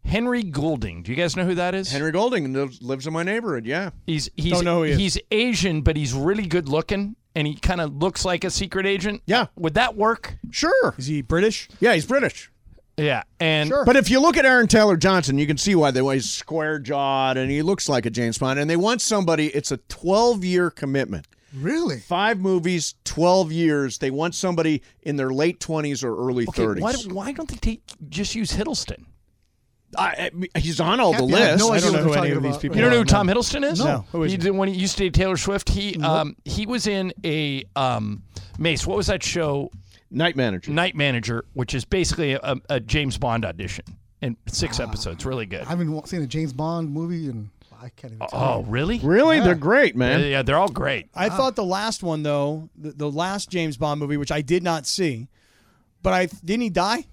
B: Henry Goulding. Do you guys know who that is?
A: Henry Golding lives, lives in my neighborhood. Yeah.
B: He's he's
J: Don't know who he is.
B: he's Asian, but he's really good looking, and he kind of looks like a secret agent.
A: Yeah.
B: would that work?
A: Sure.
J: Is he British?
A: Yeah, he's British.
B: Yeah, and
A: But if you look at Aaron Taylor Johnson, you can see why they why he's square jawed and he looks like a James Bond. And they want somebody. It's a twelve year commitment.
N: Really?
A: Five movies, twelve years. They want somebody in their late twenties or early
B: okay,
A: thirties.
B: why why don't they take just use Hiddleston?
A: I, I- he's on all the
N: Yeah, I have
A: list.
N: no
J: I
N: idea what
J: don't know who
N: you're
J: any
N: talking
J: of these
N: about.
J: people
B: You don't know
J: are.
B: who Tom Hiddleston is?
J: No. Who is
B: he?
J: he?
B: did- When he used to date Taylor Swift, he um he was in a um Mace. What was that show?
A: Night manager.
B: Night Manager, which is basically a, a James Bond audition in six episodes. Really good.
N: I haven't wa- seen a James Bond movie, and I can't even. Tell
B: Oh, really?
A: Really, they're great, man.
B: Yeah, they're all great.
J: I thought the last one though, the, the last James Bond movie, which I did not see, but I didn't he die?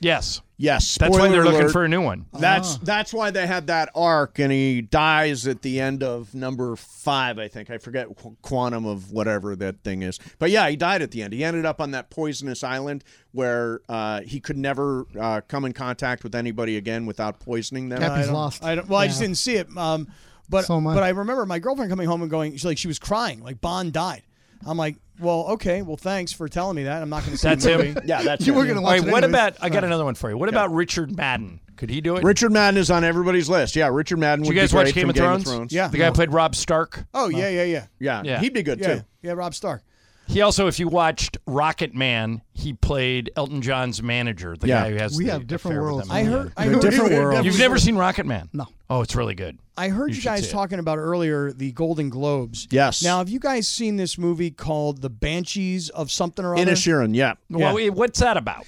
B: Yes,
A: Yes,
B: that's why
A: spoiler
B: they're looking
A: alert. Uh-huh.
B: for a new one.
A: That's that's why they had that arc, and he dies at the end of number five, I think. I forget qu- quantum of whatever that thing is, but yeah, he died at the end. He ended up on that poisonous island where uh, he could never uh, come in contact with anybody again without poisoning them.
N: Cap-
J: I
N: He's
J: don't-
N: lost.
J: I don't, well, I just
N: Yeah.
J: didn't see it. Um, but
N: So am I.
J: but I remember my girlfriend coming home and going, she, like she was crying, like Bond died. I'm like, well, okay, well, thanks for telling me that. I'm not going to see
B: That's
J: the
B: him.
J: movie.
A: yeah, that's
N: You
A: it.
N: were gonna
B: All
N: watch
B: right,
N: it
B: what
N: anyways.
B: about? I got another one for you. What about Richard Madden? Could he do it?
A: Richard Madden is on everybody's list. Yeah, Richard Madden.
B: Did
A: would
B: you guys
A: be
B: watch
A: great
B: Game
A: from
B: of, Thrones?
J: Yeah.
B: the guy who played Rob Stark.
J: Oh yeah, yeah, yeah,
A: Yeah,
B: Yeah.
A: he'd be good
J: yeah,
A: too.
J: yeah. Rob Stark.
B: He also, if you watched Rocket Man, he played Elton John's manager, the
A: Yeah.
B: guy who has.
N: We
B: the
N: have different
B: affair with
N: worlds.
B: him.
J: I heard. I
N: They're
J: heard
N: different worlds.
B: You've never seen Rocket Man?
N: No.
B: Oh, it's really good.
J: I heard you,
B: should see
J: guys
B: it.
J: talking about earlier the Golden Globes.
A: Yes.
J: Now, have you guys seen this movie called The Banshees of something or other?
A: Innis Sheeran, yeah.
B: Well, wait, what's that about?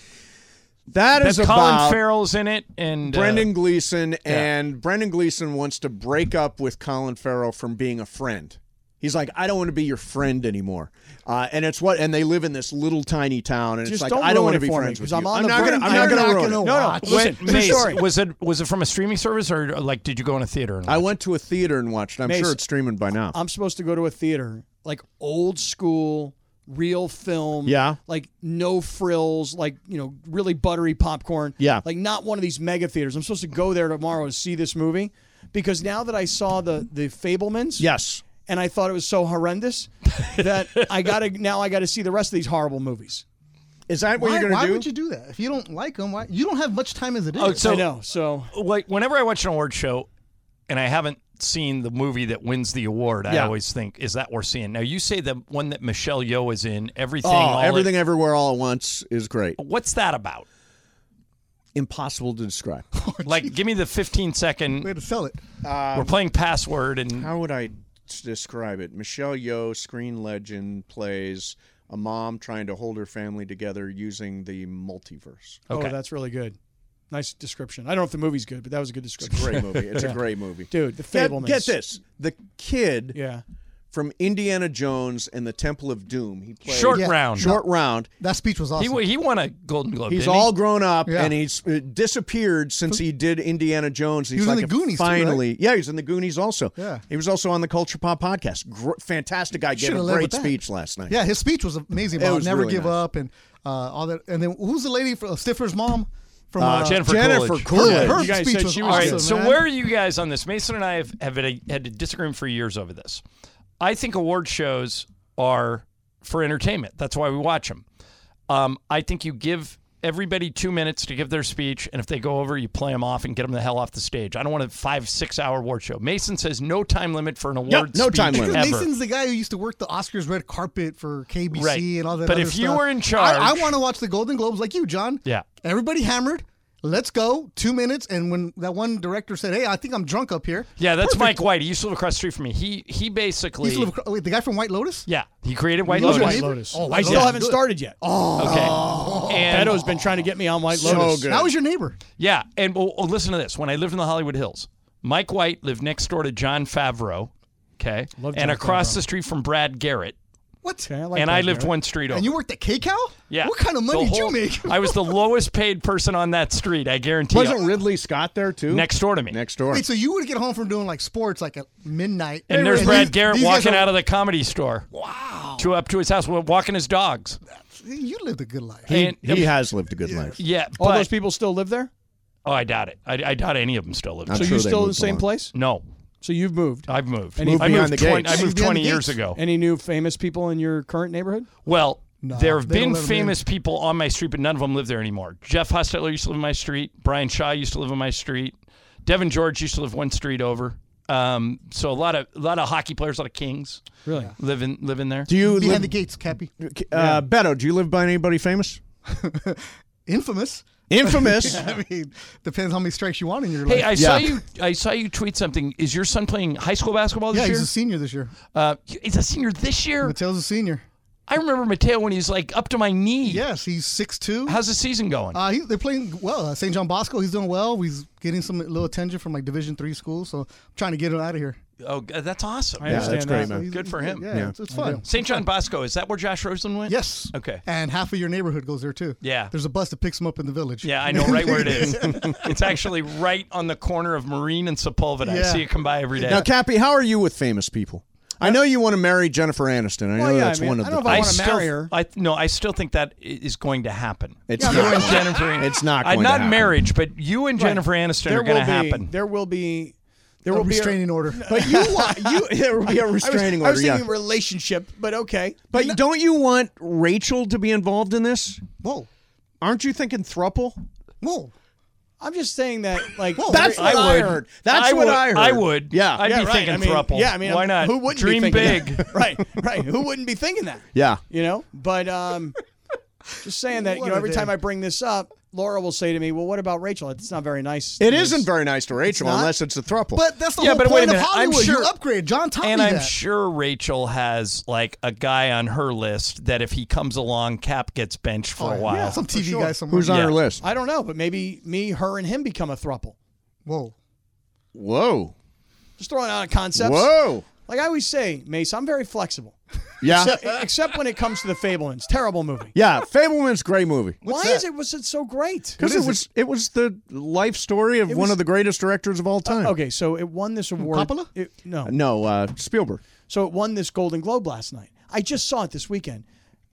A: That is
B: That
A: about
B: Colin Farrell's in it, and uh,
A: Brendan Gleeson, and Brendan Gleeson wants to break up with Colin Farrell from being a friend. He's like, I don't want to be your friend anymore, uh, and it's what, and they live in this little tiny town, and it's
J: Just
A: like
J: don't
A: I don't
J: ruin
A: want to
J: it
A: be
J: for me,
A: friends with
J: 'cause
A: you.
J: I'm on the
A: not
J: brink.
A: gonna, I'm
J: You're
A: not gonna
J: not
A: ruin
N: gonna
A: it.
J: No, no.
N: watch.
J: Listen,
B: Wait, Mace,
J: sorry.
B: was it was it from a streaming service or like did you go on a theater? And
A: I
B: watch it?
A: went to a theater and watched. it. I'm
J: Mace,
A: sure it's streaming by now.
J: I'm supposed to go to a theater, like old school, real film.
A: Yeah.
J: Like no frills, like, you know, really buttery popcorn.
A: Yeah.
J: Like not one of these mega theaters. I'm supposed to go there tomorrow to see this movie because now that I saw the the Fablemans.
A: yes,
J: And I thought it was so horrendous that I gotta now I gotta see the rest of these horrible movies.
A: is that what
N: Why,
A: you're gonna
N: why
A: do?
N: would you do that? If you don't like him, why? You don't have much time as it is.
B: Oh, so
J: I know. So
A: Oh,
B: like whenever I watch an award show and I haven't seen the movie that wins the award, I
A: Yeah.
B: always think, is that worth seeing? Now you say the one that Michelle Yeoh is in, everything,
A: oh,
B: all
A: everything,
B: It,
A: everywhere, all at once is great.
B: what's that about?
A: Impossible to describe.
B: like, give me the 15 second. We
N: had to sell it.
B: We're playing password and
A: how would I s- describe it? Michelle Yeoh, screen legend, plays a mom trying to hold her family together using the multiverse.
J: Oh, that's really good. Nice description. I don't know if the movie's good, but that was a good description.
A: It's a great movie. It's
J: Yeah.
A: a great movie,
J: Dude, the
A: Get-
J: Fablemans.
A: Get, this: the kid,
J: Yeah.
A: from Indiana Jones and the Temple of Doom. He played
B: Short Yeah. Round.
A: Short round.
N: That speech was
B: He,
N: awesome.
B: wa- he won a Golden Globe.
A: He's
B: didn't he?
A: all grown up
N: Yeah.
A: and he's uh, disappeared since he did Indiana Jones. He's
N: was in
A: like
N: the
A: a-
N: Goonies too, right?
A: finally. Yeah, he's in the Goonies also.
N: Yeah.
A: He was also on the Culture Pop podcast. Gr- fantastic guy. Gave
N: Shoulda
A: a
N: led
A: great
N: with that.
A: speech last night.
N: Yeah, his speech was amazing.
A: It
N: About
A: was
N: never
A: really
N: give
A: nice.
N: up and uh, all that. And then who's the lady for uh, Stifler's mom? From
B: Uh, Jennifer Jennifer Coolidge.
N: Her-
B: Yeah.
N: Her,
B: You guys
N: speech
B: said
N: was
B: she
N: awesome.
B: All right, so
N: man.
B: where are you guys on this? Mason and I have, have had a, had a disagreement for years over this. I think award shows are for entertainment. That's why we watch them. Um, I think you give everybody two minutes to give their speech, and if they go over, you play them off and get them the hell off the stage. I don't want a five, six hour award show. Mason says no time limit for an award
A: no
B: speech
A: time limit.
B: ever.
N: Mason's the guy who used to work the Oscars red carpet for KBC
B: Right.
N: and all that.
B: But
N: other
B: if you
N: stuff.
B: were in charge-
N: I, want to watch the Golden Globes like you, John.
B: Yeah.
N: Everybody hammered. Let's go. Two minutes. And when that one director said, "Hey, I think I'm drunk up here,"
B: Yeah, that's
N: Perfect.
B: Mike White. He used to live across the street from me. He he basically
N: He's little- wait, the guy from White Lotus.
B: yeah he created White
J: Love
B: Lotus.
J: White Lotus.
N: Oh,
J: I
N: White
J: still
N: Lotus.
J: haven't
N: Good.
J: started yet.
B: Oh, okay. And
J: Beto's been trying to get me on White Lotus.
N: That was your neighbor.
B: Yeah, and well, well, listen to this. When I lived in the Hollywood Hills, Mike White lived next door to John Favreau, okay,
J: Love
B: and
J: Jon
B: across
J: Favreau.
B: the street from Brad Garrett,
N: What?
B: and I lived one street over.
N: And you worked at KCAL?
B: yeah,
N: What kind of money
B: The
N: did you
B: whole-
N: make?
B: I was the lowest paid person on that street. I guarantee.
A: Wasn't
B: you.
A: Ridley Scott there too?
B: next door to me.
A: Next door.
N: Wait, so you would get home from doing like sports like at midnight.
B: and there's Brad
N: these-
B: Garrett
N: these guys
B: walking
N: are-
B: out of the comedy store. Wow. To up to his house, wa- walking his dogs.
N: You lived a good life.
B: And-
A: he has lived a good life.
B: yeah, but,
J: All those people still live there?
B: oh, I doubt it. I, I doubt any of them still live.
A: I'm
J: so
B: there.
A: sure
J: you
A: they
J: still in the
A: moved
J: same
A: along.
J: place?
B: no,
J: So you've moved.
B: I've moved.
J: And he-
B: I moved
J: Moved
A: behind the
B: 20,
A: gates.
B: I moved
N: Moved behind
B: 20
N: the
B: years
N: gates.
B: ago.
J: Any new famous people in your current neighborhood?
B: Well,
N: No,
B: there have
N: they don't
B: been
N: let 'em in.
B: famous people on my street, but none of them live there anymore. Jeff Hostetler used to live on my street. Brian Shaw used to live on my street. Devin George used to live one street over. Um, so a lot of a lot of hockey players, a lot of Kings
J: Really?
B: live in live in there.
A: Do you
N: Behind
A: live,
N: the gates, Cappy.
A: uh, Beto? Do you live by anybody famous?
N: Infamous.
A: Infamous.
N: I mean, depends how many strikes you want in your
B: Hey,
N: life.
B: I saw
A: Yeah.
B: you. I saw you tweet something. Is your son playing high school basketball this
N: yeah,
B: year?
N: he's a senior this year.
B: uh, he's a senior this year.
N: Mateo's a senior.
B: I remember Mateo when he was like up to my knee.
N: Yes, he's 6'2".
B: How's the season going?
N: Uh, he, they're playing well. Uh, St. John Bosco, he's doing well. He's getting some little attention from like Division three schools, so I'm trying to get him out of here.
B: oh, g- that's awesome.
J: I understand
A: that's great,
J: that.
A: man.
N: He's-
B: Good for him.
N: Yeah, It's, it's fun.
B: St. John Bosco. Is that where Josh Rosen went?
N: Yes.
B: Okay.
N: And half of your neighborhood goes there too.
B: Yeah.
N: There's a bus that picks him up in the village.
B: Yeah, I know right where it is. it's actually right on the corner of Marine and Sepulveda. I
N: Yeah.
B: see it come by every day.
A: Now, Cappy, how are you with famous people? I know you want to marry Jennifer Aniston. I know
J: Well, yeah,
A: that's
J: I mean,
A: one of
J: I
A: the.
J: don't know if I
A: things.
J: wanna
B: still,
J: marry her.
B: I no, I still think that i- is going to happen.
A: It's
B: You
A: not
B: and
A: going-
B: Jennifer.
A: it's not
B: uh,
A: going to
B: not
A: happen.
B: marriage, but you and Jennifer Aniston
J: there
B: are going to
J: will be,
B: happen.
J: There will be. There
N: A
J: will be a-
N: restraining order.
A: But you want you there would be a restraining
J: I was, I was
A: order. yeah.
J: thinking relationship, but okay.
A: But don't you want Rachel to be involved in this?
N: Whoa.
A: Aren't you thinking thruple?
N: Whoa.
J: I'm just saying that, like,
A: That's
J: every-
A: what I, heard. That's
B: I
A: what
B: would,
A: I heard.
B: would.
A: Yeah.
B: I'd
J: yeah,
B: be
J: right.
B: thinking
J: I mean,
B: thruple.
J: Yeah, I mean,
B: why not?
J: Who wouldn't be
B: dream
J: thinking
B: big?
J: that? right, right. Who wouldn't be thinking that?
A: Yeah.
J: You know, but um, just saying that. You
N: What
J: know,
N: a
J: every
N: day.
J: time I bring this up, Laura will say to me, "Well, what about Rachel? It's not very nice."
A: It
J: It's-
A: isn't very nice to Rachel
N: not?
A: unless it's a thruple.
N: But that's the
B: Yeah,
N: whole
B: but wait a
N: point of
B: minute. I'm
N: Hollywood.
B: sure-
N: you upgrade. John taught
B: And
N: me
B: I'm
N: that.
B: sure Rachel has like a guy on her list that if he comes along, Cap gets benched for a while.
N: Yeah, some TV guy somewhere.
A: who's on
B: Yeah.
A: her list?
J: I don't know, but maybe me, her, and him become a thruple.
N: Whoa.
A: Whoa.
J: Just throwing out a concept.
A: Whoa.
J: Like I always say, Mace, I'm very flexible,
A: Yeah.
J: Uh, except when it comes to the Fablemans. Terrible movie.
A: yeah. Fableman's great movie.
J: Why is it was it so great?
A: Because it was it was the life story of one
J: was-
A: of the greatest directors of all time.
J: Okay, so it won this award.
N: Coppola?
J: It- no,
A: No, uh, Spielberg.
J: So it won this Golden Globe last night. I just saw it this weekend,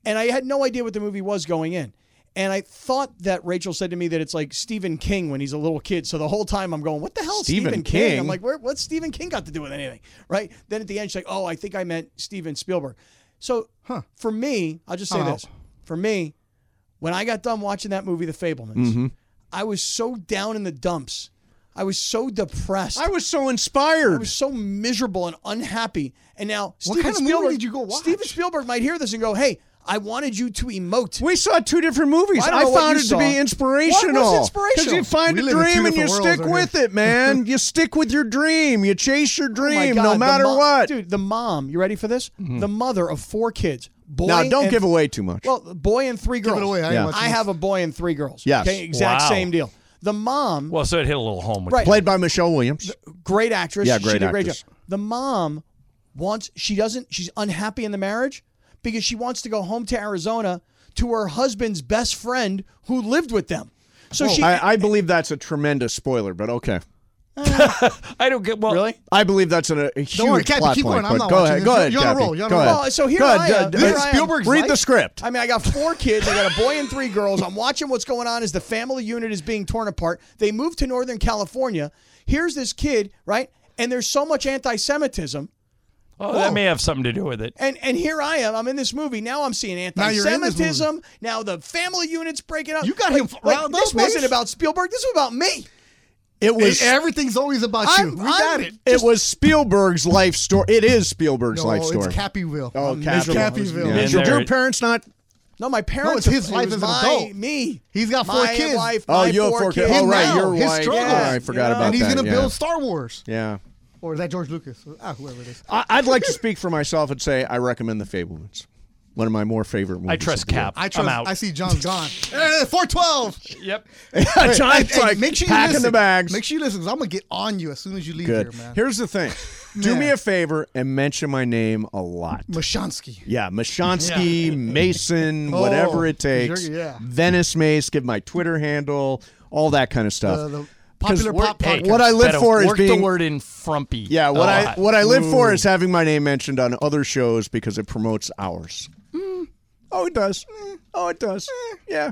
J: and I had no idea what the movie was going in. And I thought that Rachel said to me that it's like Stephen King when he's a little kid. So the whole time I'm going, "What the hell,
A: Stephen
J: Stephen, King?
A: King?
J: I'm like, "Where? What's Stephen King got to do with anything?" Right? Then at the end, she's like, "Oh, I think I meant Steven Spielberg." So for me, I'll just say
N: Uh-huh.
J: this: for me, when I got done watching that movie, The Fablemans, I was so down in the dumps. I was so depressed.
A: I was so inspired.
J: I was so miserable and unhappy. And now
N: What
J: Steven
N: kind of movie
J: Spielberg,
N: did you go watch?
J: Steven Spielberg might hear this and go, "Hey, I wanted you to emote.
A: We saw two different movies.
J: I, don't
A: I
J: know what
A: found
J: you
A: it to be
J: saw.
A: inspirational.
J: What was inspirational?
A: you find a dream and you stick with it, man. you stick with your dream. You chase your
J: Oh my
A: dream
J: God,
A: no
J: the
A: matter
J: mo-
A: what.
J: Dude, the mom, you ready for this?
A: Mm-hmm.
J: The mother of four kids. Boy
A: now, don't
J: and-
A: give away too much.
J: Well, boy and three
N: Give it
J: girls.
N: away, I ain't Yeah. watching
J: I
N: this.
J: have a boy and three girls.
A: Yes.
J: Okay, exact
B: Wow.
J: same deal. The mom,
B: Well, so it hit a little home with
J: Right.
A: Played by Michelle Williams.
J: great actress.
A: Yeah,
J: she
A: great
J: did a great
A: actress.
J: job. The mom wants she doesn't she's unhappy in the marriage because she wants to go home to Arizona to her husband's best friend who lived with them. So she
A: I, I believe that's a tremendous spoiler, but okay.
B: I don't get well.
J: really
A: I believe that's an, a huge
N: worry, Kathy,
A: plot
N: keep
A: point.
N: going. I'm
A: but
N: not
A: go
N: watching
A: ahead.
N: this.
A: Go
N: You're-
A: ahead.
N: you're on a
A: Kathy.
N: roll. You're on
A: go
N: a roll.
A: ahead.
J: Oh, so here
A: go
J: I
A: ahead.
J: am.
A: D-
J: Here
A: d-
J: I am.
A: Spielberg's read the script.
J: I mean, I got four kids. I got a boy and three girls. I'm watching what's going on as the family unit is being torn apart. They move to Northern California. Here's this kid, right? And there's so much anti-Semitism.
B: Oh, that may have something to do with it.
J: And and here I am. I'm in this movie. Now I'm seeing
N: Now you're in this movie.
J: anti-Semitism. Now, the family unit's breaking up.
N: You got
J: Like-
N: him
J: like,
N: riled
J: This
N: up,
J: wasn't
N: Mace.
J: about Spielberg. This was about me.
A: It was.
N: Everything's always about you.
J: I'm-
N: we got
J: I'm
N: it.
A: It was Spielberg's life story. It is Spielberg's
N: No,
A: life
N: it's
A: story.
N: Cappyville.
A: Oh,
N: It's
A: Cappyville.
N: Cappyville.
B: Yeah.
A: Did your-
B: And there-
A: your parents not?
J: No, my parents.
N: it's his
J: it
N: life
J: was
N: as an
J: my-
N: adult.
J: Me.
N: He's got four
J: my
N: kids.
J: Wife,
A: Oh,
J: my
A: you have four kids.
N: Him
A: Oh, right.
N: now,
A: Your
N: his
A: wife.
N: struggle.
A: Yeah, I forgot about
N: And he's
A: that.
N: gonna
A: yeah.
N: build Star Wars,
A: Yeah.
N: or is that George Lucas? Ah, whoever it is.
A: I- I'd like to speak for myself and say I recommend The Fablemans. One of my more favorite movies.
B: I trust
A: of the year.
B: Cap.
N: I
B: am
N: trust.
B: out.
N: I see John's gone. Eh, Four twelve.
B: Yep.
A: John's
N: Hey,
A: like
N: make sure you
A: packing
N: listen.
A: the bags.
N: Make sure you listen, 'cause I'm gonna get on you as soon as you leave
A: Good.
N: here, man.
A: Here's the thing. Do me a favor and mention my name a lot.
N: Mashansky.
A: Yeah, Mashansky, Mason,
N: Oh,
A: whatever it takes.
N: you're- yeah.
A: Venice Mace, give my Twitter handle, all that kind of stuff.
N: The- the
A: 'Cause
N: popular
A: we're-
N: pop
A: hey,
N: podcast.
A: What I live
B: Beto,
A: for is
B: work
A: being
B: the word in frumpy. Oh,
A: Yeah, what
B: a
A: I
B: lot.
A: what I live for is having my name mentioned on other shows because it promotes ours.
N: Mm.
A: Oh, it does. Oh, it does. Yeah.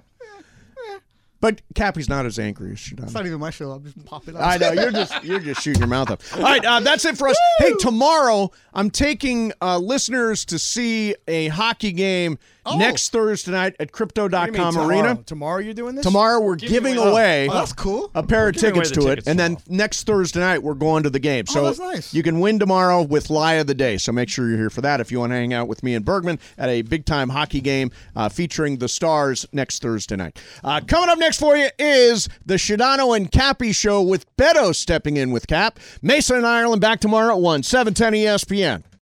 A: But Cappy's not as angry as she does.
N: Mm. It's not even my show. I'm just popping up.
A: I know you're just you're just shooting your mouth up. All right, uh, that's it for us. Hey, tomorrow I'm taking uh, listeners to see a hockey game next Thursday night at Crypto.com
J: Oh. What do you mean tomorrow?
A: Arena.
J: Tomorrow you're doing this.
A: Tomorrow we're giving away,
N: Oh, that's cool.
A: a pair of
B: giving away
A: tickets
B: the
A: to it,
B: tickets
A: and then
B: tomorrow.
A: next Thursday night we're going to the game. So
N: Oh, that's nice.
A: you can win tomorrow with lie of the day. So make sure you're here for that if you want to hang out with me and Bergman at a big time hockey game uh, featuring the Stars next Thursday night. Uh, coming up next for you is the Shadano and Cappy show with Beto stepping in with Cap. Mason and Ireland back tomorrow at one seven ten E ESPN.